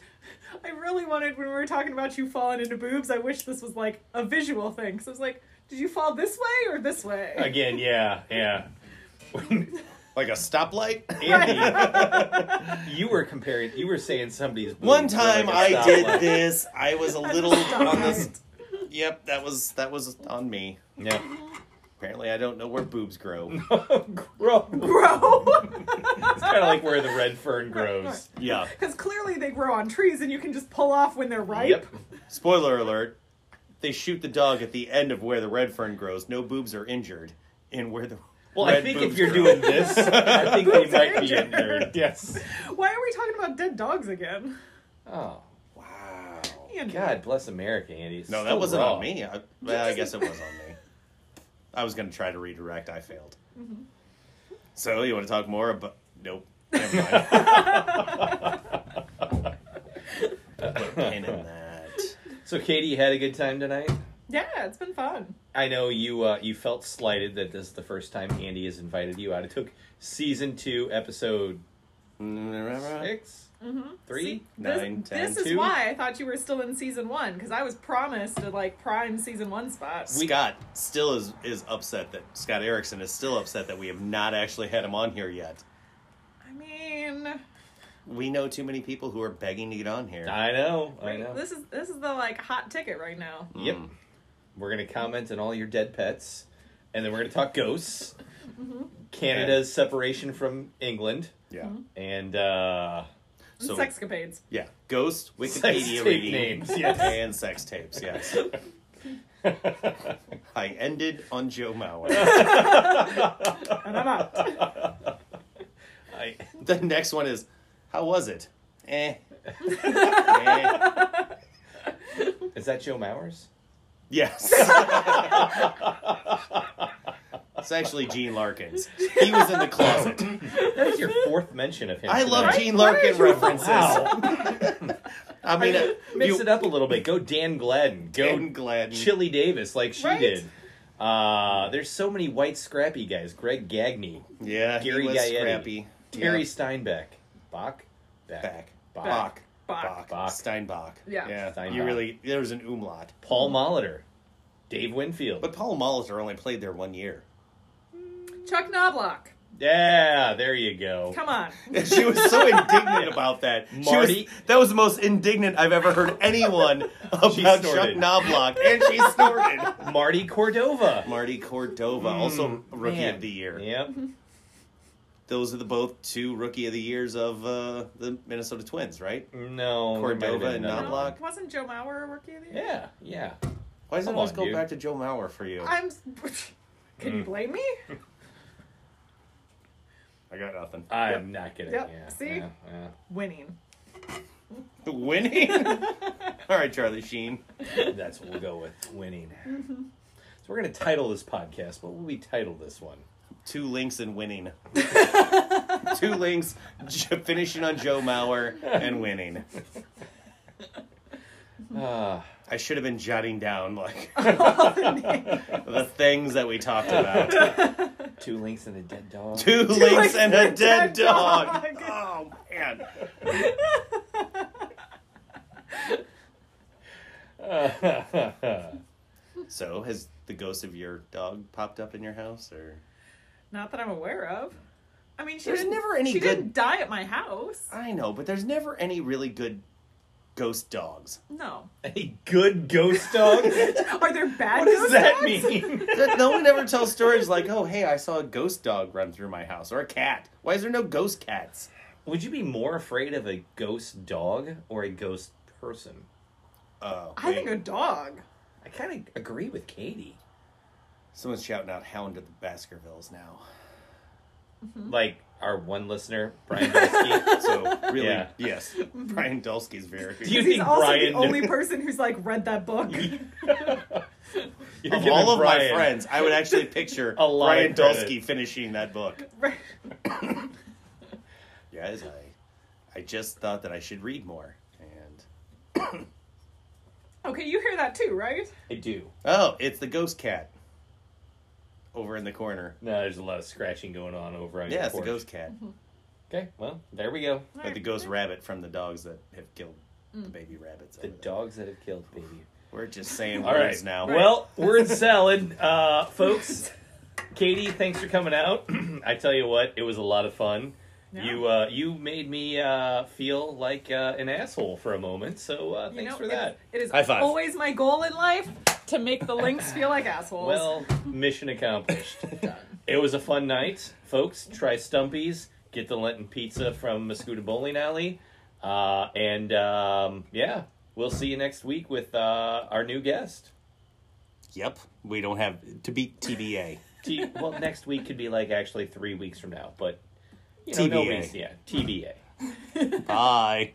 Speaker 4: I really wanted when we were talking about you falling into boobs. I wish this was like a visual thing. So I was like, did you fall this way or this way?
Speaker 2: Again, yeah, yeah.
Speaker 3: like a stoplight.
Speaker 2: Andy, you were comparing. You were saying somebody's. boobs
Speaker 3: One
Speaker 2: were
Speaker 3: time
Speaker 2: like a
Speaker 3: I did
Speaker 2: stoplight.
Speaker 3: this. I was a little on this Yep, that was that was on me.
Speaker 2: Yeah.
Speaker 3: Apparently, I don't know where boobs grow.
Speaker 2: Grow.
Speaker 4: Grow.
Speaker 2: It's kind of like where the red fern grows.
Speaker 3: yeah.
Speaker 4: Because clearly they grow on trees and you can just pull off when they're ripe.
Speaker 2: Yep.
Speaker 3: Spoiler alert: they shoot the dog at the end of where the red fern grows. No boobs are injured, and where the
Speaker 2: Well, I
Speaker 3: red
Speaker 2: think
Speaker 3: boobs
Speaker 2: if you're
Speaker 3: grow.
Speaker 2: doing this, I think they
Speaker 4: Boobs are
Speaker 2: might be
Speaker 4: injured.
Speaker 2: injured. Yes.
Speaker 4: Why are we talking about dead dogs again?
Speaker 2: Oh.
Speaker 3: Wow.
Speaker 4: Andy.
Speaker 2: God bless America, Andy. It's
Speaker 3: No,
Speaker 2: so
Speaker 3: that wasn't
Speaker 2: wrong.
Speaker 3: on me. I, well, I guess it was on me. I was going to try to redirect. I failed. So you want to talk more about? Nope. Never mind. Put a pin in that.
Speaker 2: So, Katie, you had a good time tonight.
Speaker 4: Yeah, it's been fun.
Speaker 2: I know you. Uh, you felt slighted that this is the first time Andy has invited you out. It took season two, episode six,
Speaker 4: Mm-hmm.
Speaker 2: Three,
Speaker 3: nine,
Speaker 4: this,
Speaker 3: ten,
Speaker 4: This is
Speaker 3: two.
Speaker 4: why I thought you were still in season one because I was promised a like prime season one spot.
Speaker 3: Scott still is is upset that Scott Erickson is still upset that we have not actually had him on here yet.
Speaker 4: I mean,
Speaker 3: We know too many people who are begging to get on here.
Speaker 2: I know. I know.
Speaker 4: this is this is the like hot ticket right now.
Speaker 2: Yep. We're gonna comment on all your dead pets, and then we're gonna talk ghosts,
Speaker 4: Mm-hmm.
Speaker 2: Canada's separation from England,
Speaker 3: Yeah.
Speaker 2: and uh,
Speaker 3: So
Speaker 4: Sexcapades.
Speaker 3: yeah, Ghost,
Speaker 2: Sex
Speaker 3: Wikipedia
Speaker 2: tape
Speaker 3: reading,
Speaker 2: names, yes.
Speaker 3: and sex tapes. Yes. I ended on Joe Mauer.
Speaker 4: And I'm out.
Speaker 2: I,
Speaker 3: The next one is, how was it? Eh. Eh.
Speaker 2: is that Joe Mauer's?
Speaker 3: Yes. it's actually Gene Larkins. He was in the closet.
Speaker 2: That is your fourth mention of him.
Speaker 3: I love
Speaker 2: tonight.
Speaker 3: Gene
Speaker 4: Why- why
Speaker 3: Larkin
Speaker 4: are you-
Speaker 3: references.
Speaker 2: Wow.
Speaker 3: I mean, uh,
Speaker 2: Mix
Speaker 3: you,
Speaker 2: it up a little bit. Go Dan Gladden. Go
Speaker 3: Dan Gladden.
Speaker 2: Chili Davis, like she
Speaker 4: Right?
Speaker 2: did. Uh, there's so many white scrappy guys. Greg Gagne,
Speaker 3: yeah,
Speaker 2: Gary
Speaker 3: he was
Speaker 2: Gaetti.
Speaker 3: scrappy.
Speaker 2: Terry
Speaker 3: Yeah.
Speaker 2: Steinbeck, Bach, back,
Speaker 3: Back.
Speaker 2: Bach,
Speaker 3: Bach.
Speaker 4: Bach.
Speaker 2: Bach.
Speaker 3: Steinbach.
Speaker 4: Yeah.
Speaker 3: yeah.
Speaker 2: Steinbach.
Speaker 3: You really there was an umlaut.
Speaker 2: Paul Molitor, Dave Winfield.
Speaker 3: But Paul Molitor only played there one year.
Speaker 4: Chuck Knoblock.
Speaker 2: Yeah, there you go.
Speaker 4: Come on.
Speaker 3: she was so indignant about that. She was-
Speaker 2: Marty-
Speaker 3: that was the most indignant I've ever heard anyone
Speaker 2: She
Speaker 3: about Chuck
Speaker 2: snorted.
Speaker 3: Knoblock, and she snorted.
Speaker 2: Marty Cordova. Hmm.
Speaker 3: Marty Cordova, also Rookie
Speaker 2: Mm, Man.
Speaker 3: of the Year.
Speaker 2: Yep.
Speaker 3: Those are the both two Rookie of the Years of uh, the Minnesota Twins, right?
Speaker 2: No. there might have
Speaker 3: Cordova
Speaker 2: been
Speaker 3: and
Speaker 2: another one.
Speaker 3: Knoblock.
Speaker 4: Wasn't Joe Mauer a rookie of the year?
Speaker 2: Yeah, yeah.
Speaker 3: Why does it
Speaker 2: Come
Speaker 3: always
Speaker 2: on,
Speaker 3: go
Speaker 2: dude.
Speaker 3: back to Joe Mauer for you?
Speaker 4: I'm. Can you blame me?
Speaker 3: I got nothing.
Speaker 2: I'm not gonna.
Speaker 4: Yep,
Speaker 2: Yeah,
Speaker 4: see?
Speaker 2: yeah, yeah.
Speaker 4: Winning.
Speaker 3: Winning? All right, Charlie Sheen.
Speaker 2: That's what we'll go with. Winning.
Speaker 4: Mm-hmm.
Speaker 2: So we're gonna title this podcast. What will we title this one?
Speaker 3: Two links and winning. two links, j- finishing on Joe Mauer and winning.
Speaker 2: Uh,
Speaker 3: I should have been jotting down like
Speaker 4: Two
Speaker 3: the things that we talked about.
Speaker 2: two links and a dead dog.
Speaker 3: Two links
Speaker 4: links
Speaker 3: and a dead dog.
Speaker 4: dog.
Speaker 3: Oh man. So has the ghost of your dog popped up in your house or
Speaker 4: Not that I'm aware of. I mean, she
Speaker 3: There's
Speaker 4: didn't,
Speaker 3: never any
Speaker 4: She
Speaker 3: good-
Speaker 4: didn't die at my house.
Speaker 3: I know, but there's never any really good ghost dogs.
Speaker 4: No.
Speaker 2: a good ghost dog. what
Speaker 4: Are there bad
Speaker 2: does
Speaker 4: ghost
Speaker 2: that
Speaker 4: dogs?
Speaker 2: mean?
Speaker 3: That- no one ever tells stories like, "Oh, hey, I saw a ghost dog run through my house," or a cat. Why is there no ghost cats?
Speaker 2: Would you be more afraid of a ghost dog or a ghost person?
Speaker 3: Oh,
Speaker 4: I think a dog.
Speaker 2: I kind of agree with Katie.
Speaker 3: someone's shouting out "Hound of the Baskervilles" now.
Speaker 2: Like our one listener, Brian Dulski.
Speaker 3: So really,
Speaker 2: Yeah.
Speaker 3: yes, Brian Dulski's very.
Speaker 2: Do you
Speaker 4: He's
Speaker 2: think
Speaker 4: also
Speaker 2: Brian?
Speaker 4: the only person who's like read that book.
Speaker 2: You're
Speaker 3: of
Speaker 2: giving
Speaker 3: all of
Speaker 2: Brian-
Speaker 3: my friends, I would actually picture
Speaker 2: A lot
Speaker 3: Brian
Speaker 2: of credit.
Speaker 3: Dulski finishing that book.
Speaker 4: Right.
Speaker 3: Guys, I, I just thought that I should read more. And
Speaker 4: Okay, you hear that too, right?
Speaker 2: I do.
Speaker 3: oh, it's the ghost cat over in the corner.
Speaker 2: No, there's a lot of scratching going on over on
Speaker 3: Yeah,
Speaker 2: your
Speaker 3: it's the
Speaker 2: porch.
Speaker 3: ghost cat,
Speaker 2: Okay, well, there we go.
Speaker 3: like the ghost rabbit from the dogs that have killed the baby rabbits.
Speaker 2: The
Speaker 3: over there.
Speaker 2: dogs that have killed baby.
Speaker 3: We're just saying
Speaker 2: All
Speaker 3: words
Speaker 2: right,
Speaker 3: now.
Speaker 2: Well, word salad, uh, folks. Katie, thanks for coming out. I tell you what, it was a lot of fun.
Speaker 4: Yeah.
Speaker 2: You uh, you made me uh, feel like uh, an asshole for a moment, so uh,
Speaker 4: You
Speaker 2: thanks
Speaker 4: know,
Speaker 2: for
Speaker 4: it-
Speaker 2: that.
Speaker 4: It is
Speaker 3: High five.
Speaker 4: always my goal in life to make the links feel like assholes.
Speaker 2: Well, mission accomplished. it was a fun night, folks. Try Stumpy's. Get the Lenten pizza from Mascuda Bowling Alley. Uh, and um, yeah, we'll see you next week with uh, our new guest.
Speaker 3: Yep. We don't have to beat TBA.
Speaker 2: T- well, next week could be like actually three weeks from now, but you know, no
Speaker 3: TBA.
Speaker 2: reason- yeah, TBA.
Speaker 3: Bye.